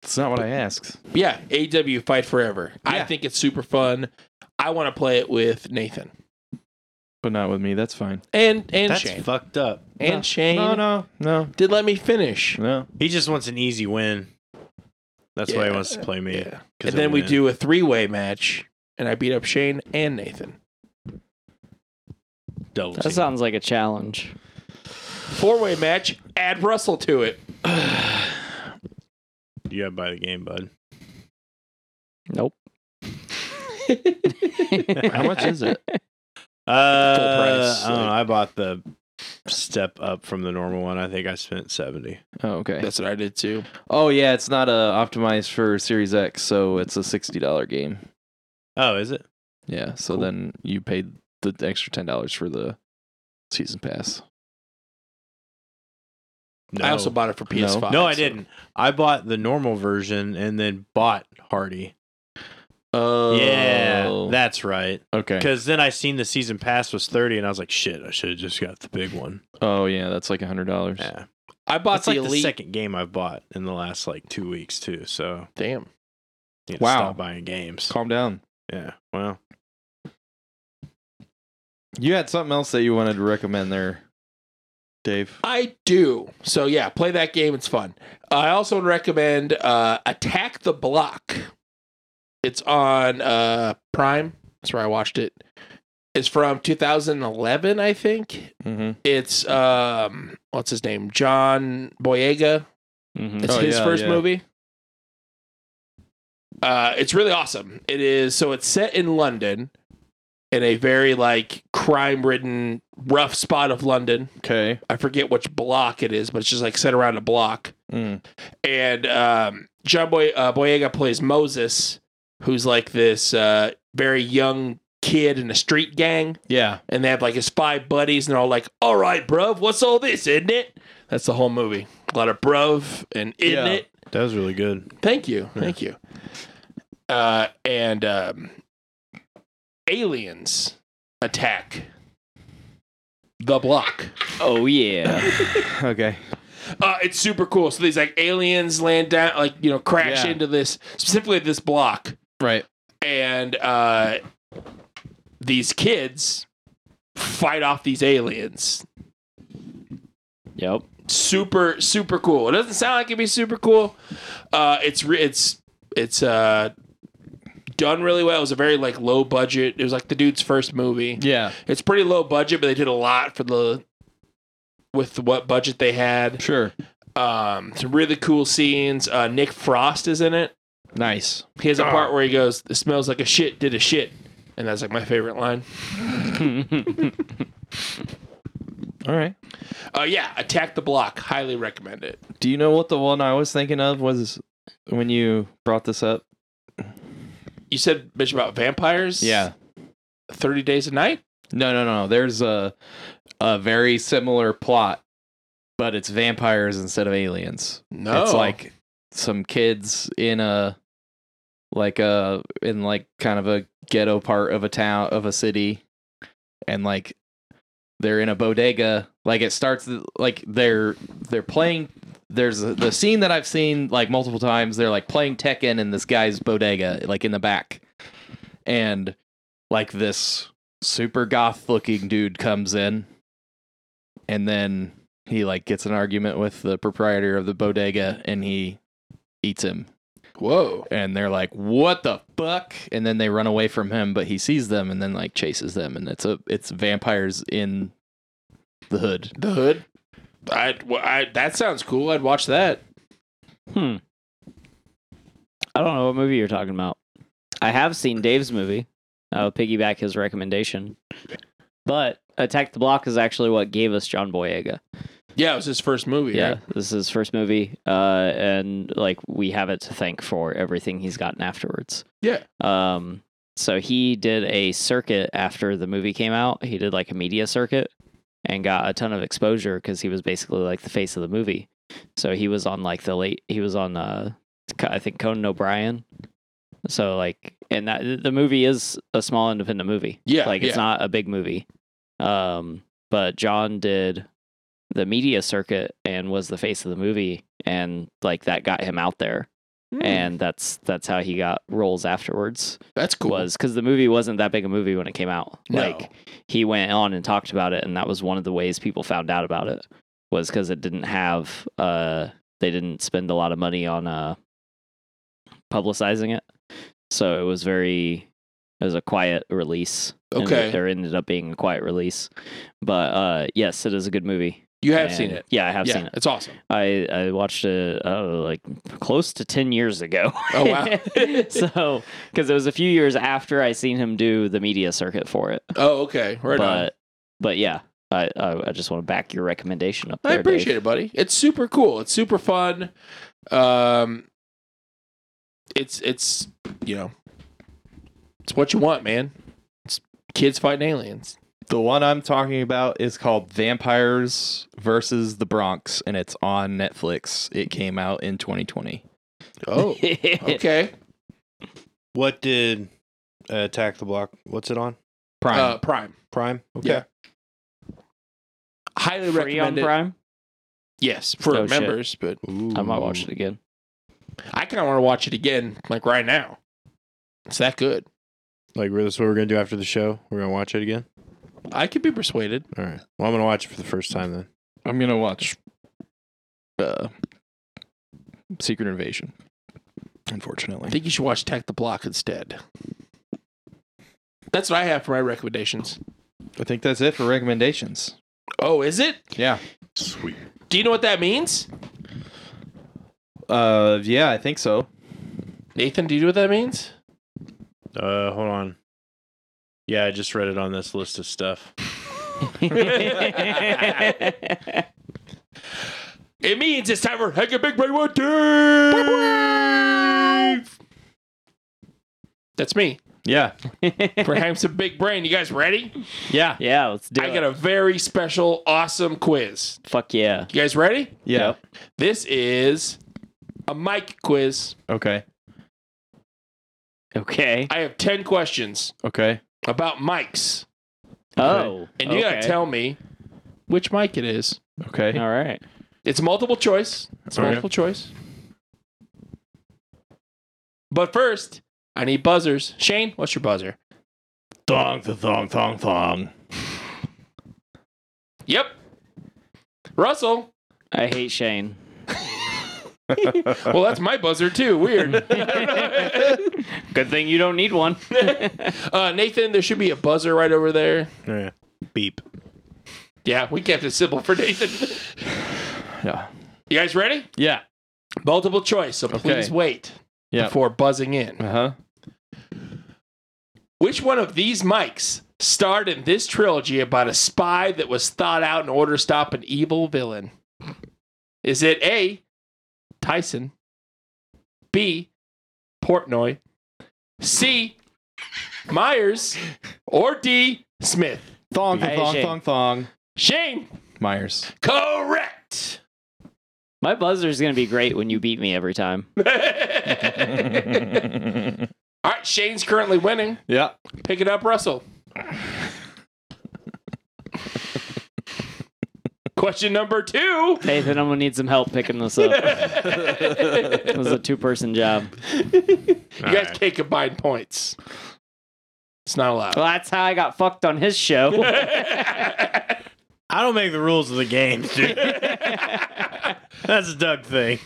It's not what I asked. yeah, AW Fight Forever. I Yeah. think it's super fun. I want to play it with Nathan But not with me. That's fine. and and that's Shane fucked up. and No, Shane No, no, no, did let me finish. no. He just wants an easy win. That's why he Yeah. wants to play me. Yeah. And then we do a three way match, and I beat up Shane and Nathan. double. that sounds like a challenge. Four way match. Add Russell to it. You gotta buy the game, bud. Nope. How much is it? Uh, price, I, don't know, like- I bought the step up from the normal one. I think I spent seventy. Oh, okay. That's what I did too. Oh yeah, it's not uh, optimized for Series X, so it's a sixty dollar game. Oh, is it? Yeah, so then you paid the extra ten dollars for the season pass. No. I also bought it for PS5. No, I so- didn't. I bought the normal version and then bought Hardy. Oh Yeah, that's right. okay. Because then I seen the season pass was thirty, and I was like, "Shit, I should have just got the big one." Oh yeah, that's like hundred dollars. Yeah, I bought that's the like the Elite. second game I've bought in the last like two weeks too. So Damn. I need to Wow. stop buying games. Calm down. Yeah, well, You had something else that you wanted to recommend there, Dave. I do. So yeah, play that game. It's fun. I also would recommend uh, Attack the Block. It's on uh, Prime. That's where I watched it. It's from 2011, I think. Mm-hmm. It's um, what's his name, John Boyega. Mhm. It's Oh, his yeah, first yeah. movie. Uh, it's really awesome. It is so it's set in London, in a very like crime-ridden, rough spot of London. Okay. I forget which block it is, but it's just like set around a block. Mm. And um, John Boy- uh, Boyega plays Moses, who's like this uh, very young kid in a street gang. Yeah. And they have like his five buddies, and they're all like, "All right, bruv, what's all this, isn't it?" That's the whole movie. A lot of bruv and isn't Yeah. it. that was really good. Thank you. Thank you. Uh, and um, aliens attack the block. Oh yeah. okay. Uh, it's super cool. So these like aliens land down, like you know, crash Yeah. into this specifically this block, Right. and uh, these kids fight off these aliens. yep. Super super cool. It doesn't sound like it'd be super cool. Uh, it's re- it's it's uh done really well. It was a very like low budget. It was like the dude's first movie. Yeah. It's pretty low budget, but they did a lot for the with what budget they had. Sure. Um, some really cool scenes. Uh, Nick Frost is in it. Nice. He has a part where he goes, "It smells like a shit did a shit," and that's like my favorite line. All right. Uh, yeah, Attack the Block. Highly recommend it. Do you know what the one I was thinking of was when you brought this up? You said bitch about vampires. Thirty Days a Night. No, no, no. There's a a very similar plot, but it's vampires instead of aliens. No, It's like some kids in a like a in like kind of a ghetto part of a town of a city and like they're in a bodega like it starts like they're they're playing there's a, the scene that I've seen like multiple times they're like playing Tekken in this guy's bodega like in the back and like this super goth looking dude comes in and then he like gets an argument with the proprietor of the bodega and he eats him whoa. and they're like what the fuck and then they run away from him but he sees them and then like chases them and it's a it's vampires in the hood The Hood. I, well, I that sounds cool. I'd watch that. Hmm. I don't know what movie you're talking about. I have seen Dave's movie. I'll piggyback his recommendation. But Attack the Block is actually what gave us John Boyega. Yeah, it was his first movie. Yeah, right? this is his first movie, uh, and like we have it to thank for everything he's gotten afterwards. Yeah. Um. So he did a circuit after the movie came out. He did like a media circuit and got a ton of exposure because he was basically like the face of the movie. So he was on like the late. He was on uh, Co- I think Conan O'Brien. So like, and that the movie is a small independent movie. Yeah, like it's yeah. not a big movie. Um, but John did the media circuit and was the face of the movie, and like that got him out there, Hmm, and that's that's how he got roles afterwards. that's cool. Was because the movie wasn't that big a movie when it came out. No. Like he went on and talked about it, and that was one of the ways people found out about it was because it didn't have uh they didn't spend a lot of money on uh publicizing it, so it was very it was a quiet release. and Okay. there ended up being a quiet release, but uh yes, it is a good movie. You have And- seen it. Yeah, I have yeah, seen it. It's awesome. I I watched it oh, like close to ten years ago. Oh, wow. so because it was a few years after I seen him do the media circuit for it. Oh, okay. Right but on. but yeah, I I, I just want to back your recommendation up. I there, appreciate Dave. it, buddy. It's super cool. It's super fun. Um, it's it's you know, it's what you want, man. It's kids fighting aliens. The one I'm talking about is called Vampires versus the Bronx, and it's on Netflix. It came out in 2020. Oh, okay. What did uh, Attack the Block? What's it on? Prime. Uh, Prime. Prime. Yeah. Highly Free on recommend it. Prime. Yes, for Oh, shit. members, but I might watch it again. I kind of want to watch it again, like right now. It's that good. Like we're- that's what we're gonna do after the show. We're gonna watch it again. I could be persuaded. All right. Well, I'm gonna watch it for the first time then. I'm gonna watch uh, Secret Invasion. Unfortunately, I think you should watch Attack the Block instead. That's what I have for my recommendations. I think that's it for recommendations. Oh, is it? Yeah, Sweet. Do you know what that means? uh, yeah, I think so. Nathan, do you know what that means? Uh, hold on. Yeah, I just read it on this list of stuff. It means it's time for Heck and Big Brain One Dave! That's me. Yeah, For Hanks and Big Brain. You guys ready? yeah, yeah, let's do I it. got a very special, awesome quiz. Fuck yeah. You guys ready? yeah. This is a mic quiz. Okay, Okay. I have 10 questions okay. about mics. Oh, And you gotta okay. tell me which mic it is. Okay. All right. It's multiple choice. It's Okay. multiple choice. But first, I need buzzers. Shane, what's your buzzer? Thong, the thong, thong, thong. Yep. Russell. I hate Shane. Well, that's my buzzer too. Weird. Good thing you don't need one. Uh, Nathan, there should be a buzzer right over there. Yeah. Beep. Yeah, we kept it simple for Nathan. Yeah, You guys ready? yeah, Multiple choice, so please wait Yeah. before buzzing in. uh Uh-huh. huh. Which one of these mics starred in this trilogy about a spy that was thought out in order to stop an evil villain? Is it A. Tyson, B. Portnoy, C. Myers, or D. Smith? Thong, Hey, thong, Shane. thong, thong. Shane, Myers. correct. My buzzer's gonna be great when you beat me every time. All right, Shane's currently winning. Yeah. Pick it up, Russell. Question number two. Nathan, I'm gonna need some help picking this up. it was a two-person job. You guys can't combine points. It's not allowed. Well, that's how I got fucked on his show. I don't make the rules of the game, dude. That's a Doug thing.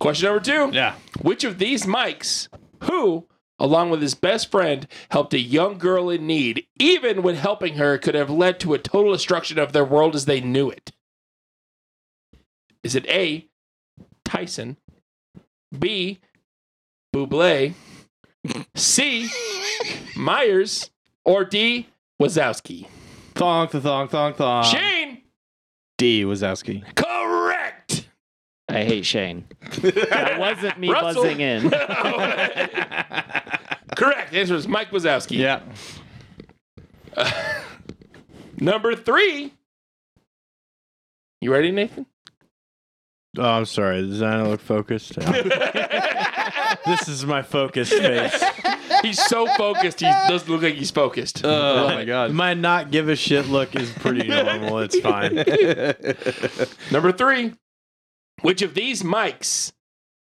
Question number two. Yeah. Which of these mics, who, along with his best friend, helped a young girl in need, even when helping her could have led to a total destruction of their world as they knew it? Is it A, Tyson, B, Buble, C, Myers, or D, Wazowski? Thong, the thong, thong, Um, thong. Shane, D. Wazowski. correct! I hate Shane. That wasn't me Russell. buzzing in. correct. The answer is Mike Wazowski. Yeah. Number three. You ready, Nathan? Oh, I'm sorry. Does that look focused? this is my focused face. He's so focused. He doesn't look like he's focused. Oh my god. Uh, My not give a shit look is pretty normal. It's fine. Number three. Which of these mics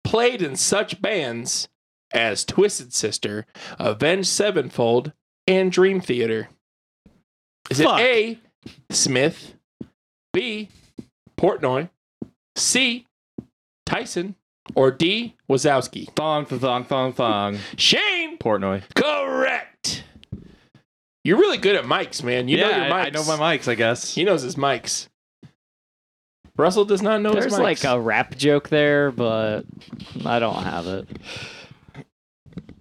played in such bands as Twisted Sister, Avenged Sevenfold, and Dream Theater? Is Fuck. it A. Smith, B. Portnoy, C. Tyson, or D. Wazowski? Thong, the thong, thong, thong. Shane Portnoy. Correct. You're really good at mics, man. You know your mics. I, I know my mics, I guess. He knows his mics. Russell does not know his There's mics. like a rap joke there, but I don't have it.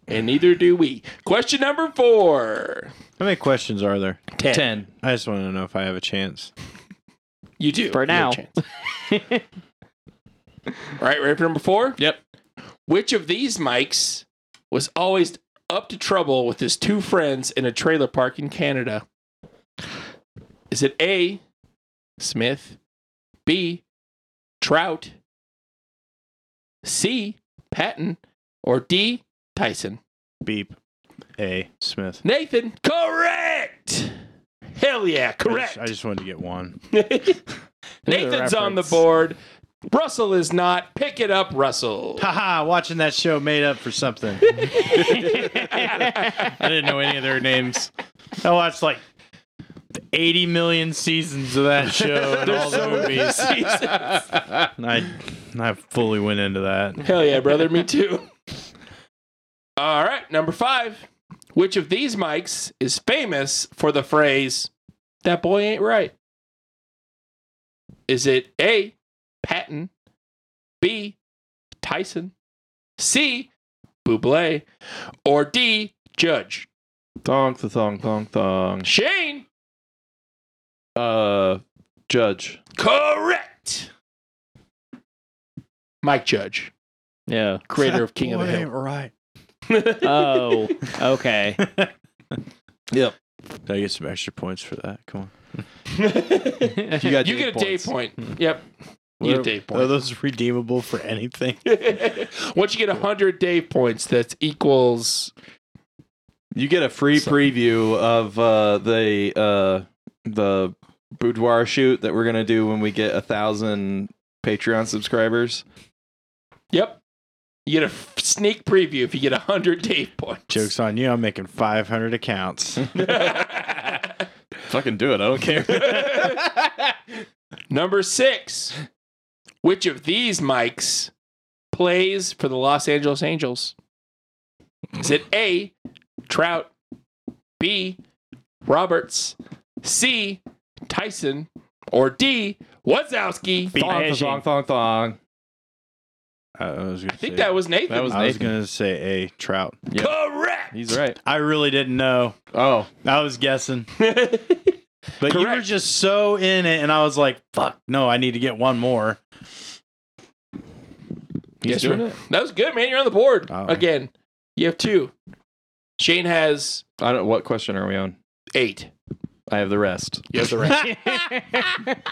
and neither do we. Question number four. How many questions are there? Ten. Ten. I just want to know if I have a chance. You do. For You have a now. chance. All right, ready for number four? Yep. Which of these mics was always up to trouble with his two friends in a trailer park in Canada? Is it A, Smith, B, Trout, C, Patton, or D, Tyson? Beep. A. Smith. Nathan, correct! Hell yeah, correct! I just, I just wanted to get one. Nathan's on the reference. board. Russell is not. Pick it up, Russell. Haha, watching that show made up for something. I didn't know any of their names. I watched like 80 million seasons of that show and all the movies. And I, I fully went into that. Hell yeah, brother. Me too. All right, number five. Which of these mics is famous for the phrase, that boy ain't right? Is it A, Patton, B, Tyson, C, Buble, or D, Judge? Thong, the thong, thong, thong. Shane, Uh, judge. correct. Mike Judge, Yeah. creator of King of the Boy, Hill. Right. Oh, okay. Yep. Did I get some extra points for that? Come on. You got you get a day points. point. Yep. You get a day Are point. those redeemable for anything? Once you get 100 day points, that equals. You get a free preview of uh, the uh, the boudoir shoot that we're gonna do when we get a thousand Patreon subscribers. Yep. You get a f- sneak preview if you get 100 day points. Joke's on you. I'm making 500 accounts. Uh, Fucking do it. I don't care. Number six. Which of these mics plays for the Los Angeles Angels? Is it A, Trout, B, Roberts, C, Tyson, or D, Wazowski? thong, thong, thong, thong. I I was gonna I think say, that was Nathan. That was I was Nathan. gonna say a trout. correct. He's right. I really didn't know. Oh, I was guessing, but you were Correct. just so in it, and I was like, "Fuck, no! I need to get one more." Yes, sir. That was good, man. You're on the board Oh. again. You have two. Shane has I don't. What question are we on? eight. I have the rest. You have the rest.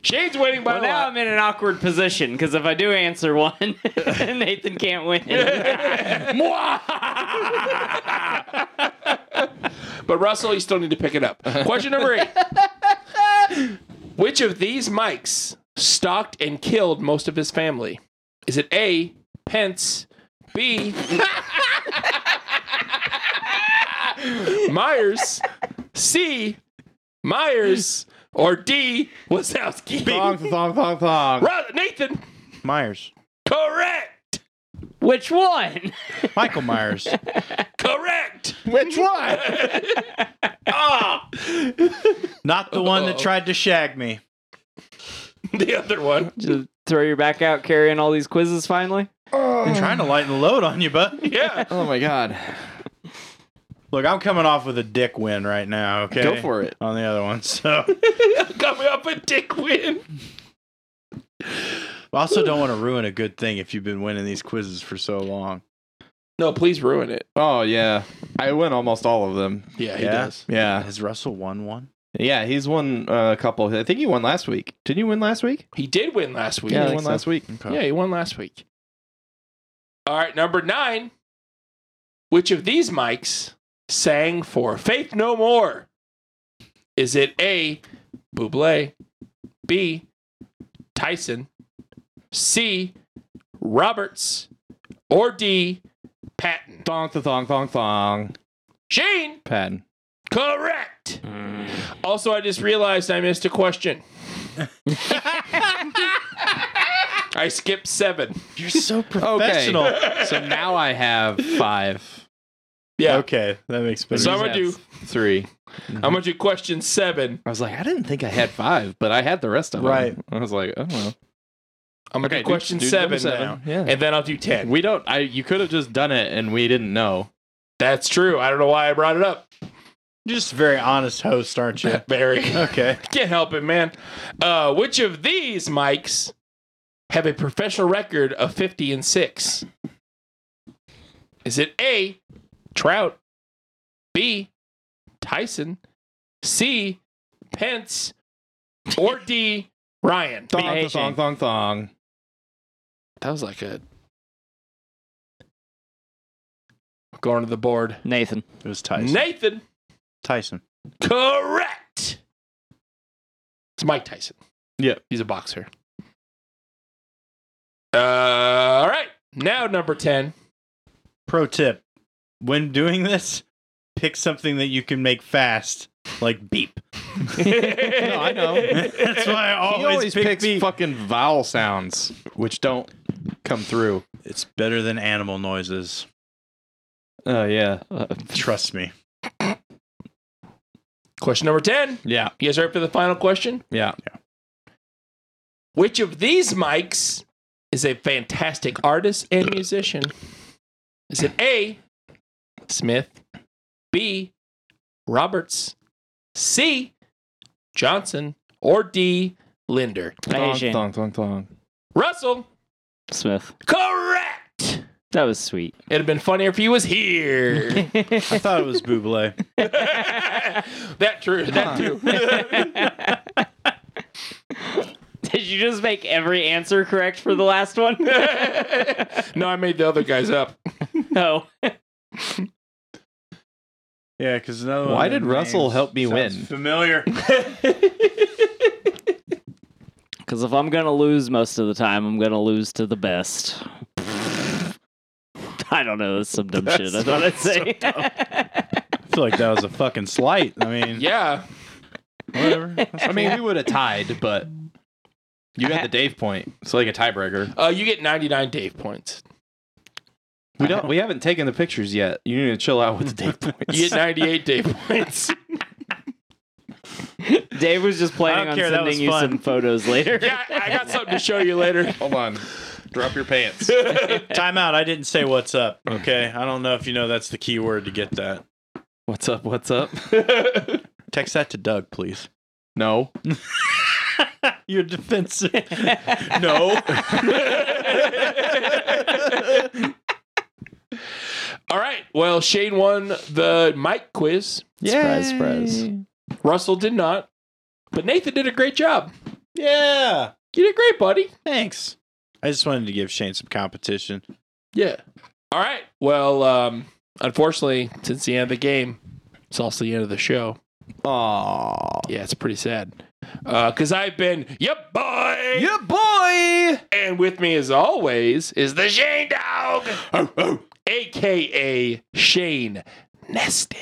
Shane's winning by well, now a lot. I'm in an awkward position because if I do answer one, Nathan can't win. Mwah! but Russell, you still need to pick it up. Question number eight. Which of these mics stalked and killed most of his family? Is it A, Pence, B, Myers, C, Myers, or D, Wazowski? Thong, thong, thong, thong. Ru- Nathan, Myers, correct, Which one? Michael Myers. correct. Which one? Ah, Not the one that tried to shag me. the other one. Just throw your back out carrying all these quizzes finally? I'm trying to lighten the load on you, bud. Yeah. Oh my god. Look, I'm coming off with a dick win right now. Okay, Go for it. on the other one. So, Coming up a dick win. I also don't want to ruin a good thing if you've been winning these quizzes for so long. No, please ruin it. Oh yeah. I win almost all of them. Yeah, he Yeah. does. Yeah. Has Russell won one? Yeah. He's won uh, a couple. I think he won last week. Did you win last week? He did win last week. I Yeah, he think won so. last week. Okay. Yeah, he won last week. All right, number nine. Which of these mics sang for Faith No More? Is it A, Buble, B, Tyson, C, Roberts, or D, Patton? Thong, thong, thong, thong, thong. Shane, Patton. correct. Also, I just realized I missed a question. I skipped seven. You're so Okay. professional. so now I have five. Yeah. Okay, that makes better. So I'm gonna do Three. I'm gonna do question seven. I was like, I didn't think I had five, but I had the rest of Right. them. Right. I was like, oh well. I'm gonna Okay, do do- question do seven, number now. seven, yeah. And then I'll do ten. We don't. I. You could have just done it, and we didn't know. That's true. I don't know why I brought it up. Just very honest host, aren't you? Barry. okay. Can't help it, man. Uh, which of these mics have a professional record of 50 and 6? Is it A, Trout, B, Tyson, C, Pence, or D, Ryan? Thong, thong, thong, thong. That was like a. Going to the board. Nathan. It was Tyson. Nathan, Tyson. correct. It's Mike Tyson. Yeah. He's a boxer. Uh, all right. Now, number 10. Pro tip: When doing this, pick something that you can make fast, like beep. no, I know. That's why I he always, always pick picks beep. fucking vowel sounds, which don't come through. it's better than animal noises. Oh yeah, Trust me. Question number 10. yeah, You guys ready for the final question? yeah. Which of these mics is a fantastic artist and musician? Is it A, Smith, B, Roberts, C, Johnson, or D, Linder? I hate Thong, Shane. thong, thong, thong. Russell, Smith. correct. That was sweet. It'd have been funnier if he was here. I thought it was Buble. that true. That too. Did you just make every answer correct for the last one? no, I made the other guys up. no. Yeah, because another. Why one of did them Russell names help me sounds win? Familiar. Because if I'm going to lose most of the time, I'm going to lose to the best. I don't know. That's some dumb shit. I thought I'd say. I feel like that was a fucking slight. I mean, Yeah. whatever. I mean, we would have tied, but you had the Dave point. It's like a tiebreaker. Uh, you get 99 Dave points. We don't. We haven't taken the pictures yet. You need to chill out with the Dave points. You get 98 Dave points. Dave was just I planning don't on care, that was sending you fun. some photos later. Yeah, I got something to show you later. Hold on. Drop your pants. Time out. I didn't say what's up. Okay. I don't know if you know that's the key word to get that. What's up? What's up? Text that to Doug, please. No. You're defensive. no. All right. Well, Shane won the mic quiz. Surprise, surprise. Russell did not. But Nathan did a great job. Yeah. You did great, buddy. Thanks. I just wanted to give Shane some competition. Yeah. All right. Well, um, unfortunately, since the end of the game, it's also the end of the show. Aww. Yeah, it's pretty sad. Because I've been, yep, boy. Yeah, boy. And with me, as always, is the Shane Dog, Oh, aka Shane Nesty.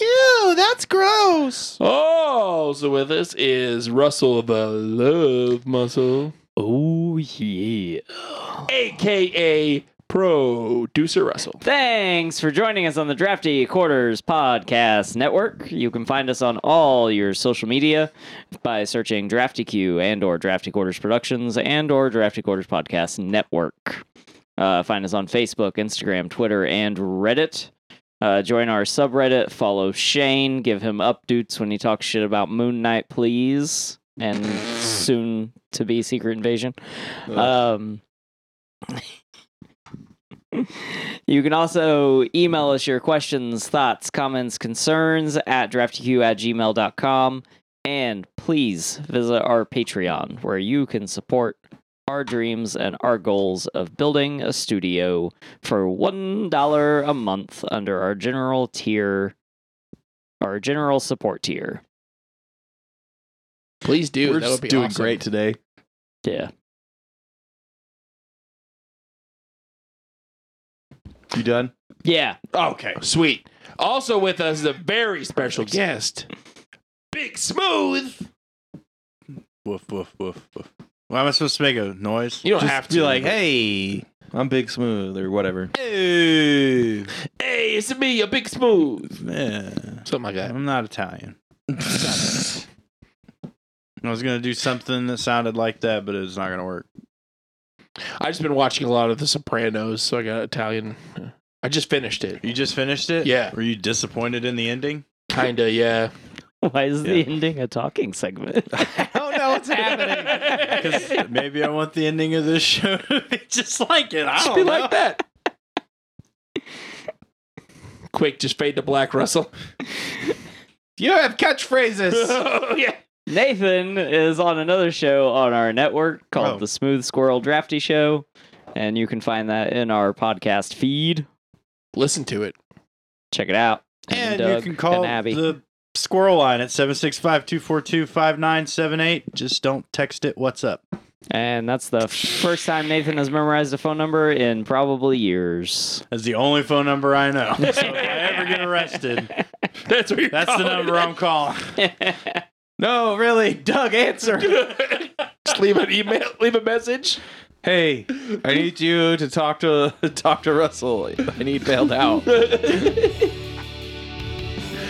Ew, that's gross. Oh, so with us is Russell the Love Muscle, Oh, yeah. aka Producer Russell. Thanks for joining us on the Drafty Quarters Podcast Network. You can find us on all your social media by searching Drafty Q and or Drafty Quarters Productions and or Drafty Quarters Podcast Network. Uh, find us on Facebook, Instagram, Twitter, and Reddit. Uh, join our subreddit. Follow Shane. Give him updates when he talks shit about Moon Knight, please, and soon to be Secret Invasion. Um, you can also email us your questions, thoughts, comments, concerns at draftyq at gmail.com. And please visit our Patreon where you can support our dreams and our goals of building a studio for $1 a month under our general tier, our general support tier. Please do. We're that would just be doing awesome. great today. Yeah. You done? Yeah. Okay, sweet. Also with us is a very special guest, Big Smooth. Woof, woof, woof, woof. Why am I supposed to make a noise? You don't Just have to be like, hey. I'm Big Smooth or whatever. Hey, Hey, it's me, a big smooth. man. Something like that. I'm not Italian. I was gonna do something that sounded like that, but it's not gonna work. I've just been watching a lot of The Sopranos, so I got Italian. I just finished it. You just finished it. Yeah. Were you disappointed in the ending? Kinda, yeah. Why is Yeah. the ending a talking segment? oh no, it's happening. Because maybe I want the ending of this show to be just like it. I Just don't be know. like that. Quick, just fade to black, Russell. You have catchphrases. yeah. Nathan is on another show on our network called Oh. The Smooth Squirrel Drafty Show, and you can find that in our podcast feed. Listen to it. Check it out. And Doug you can call and Abby. the squirrel line at 765 242 5978. Just don't text it. What's up? And that's the first time Nathan has memorized a phone number in probably years. That's the only phone number I know. So if I ever get arrested, That's what you're that's the number I'm calling. no, really, Doug, answer. Just leave an email, leave a message. Hey, I need you to talk to talk to Russell. I need bailed out.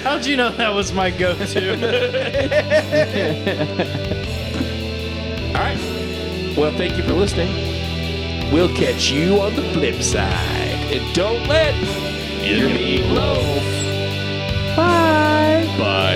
How'd you know that was my go to? All right. Well, thank you for listening. We'll catch you on the flip side. And don't let your meatloaf. Bye.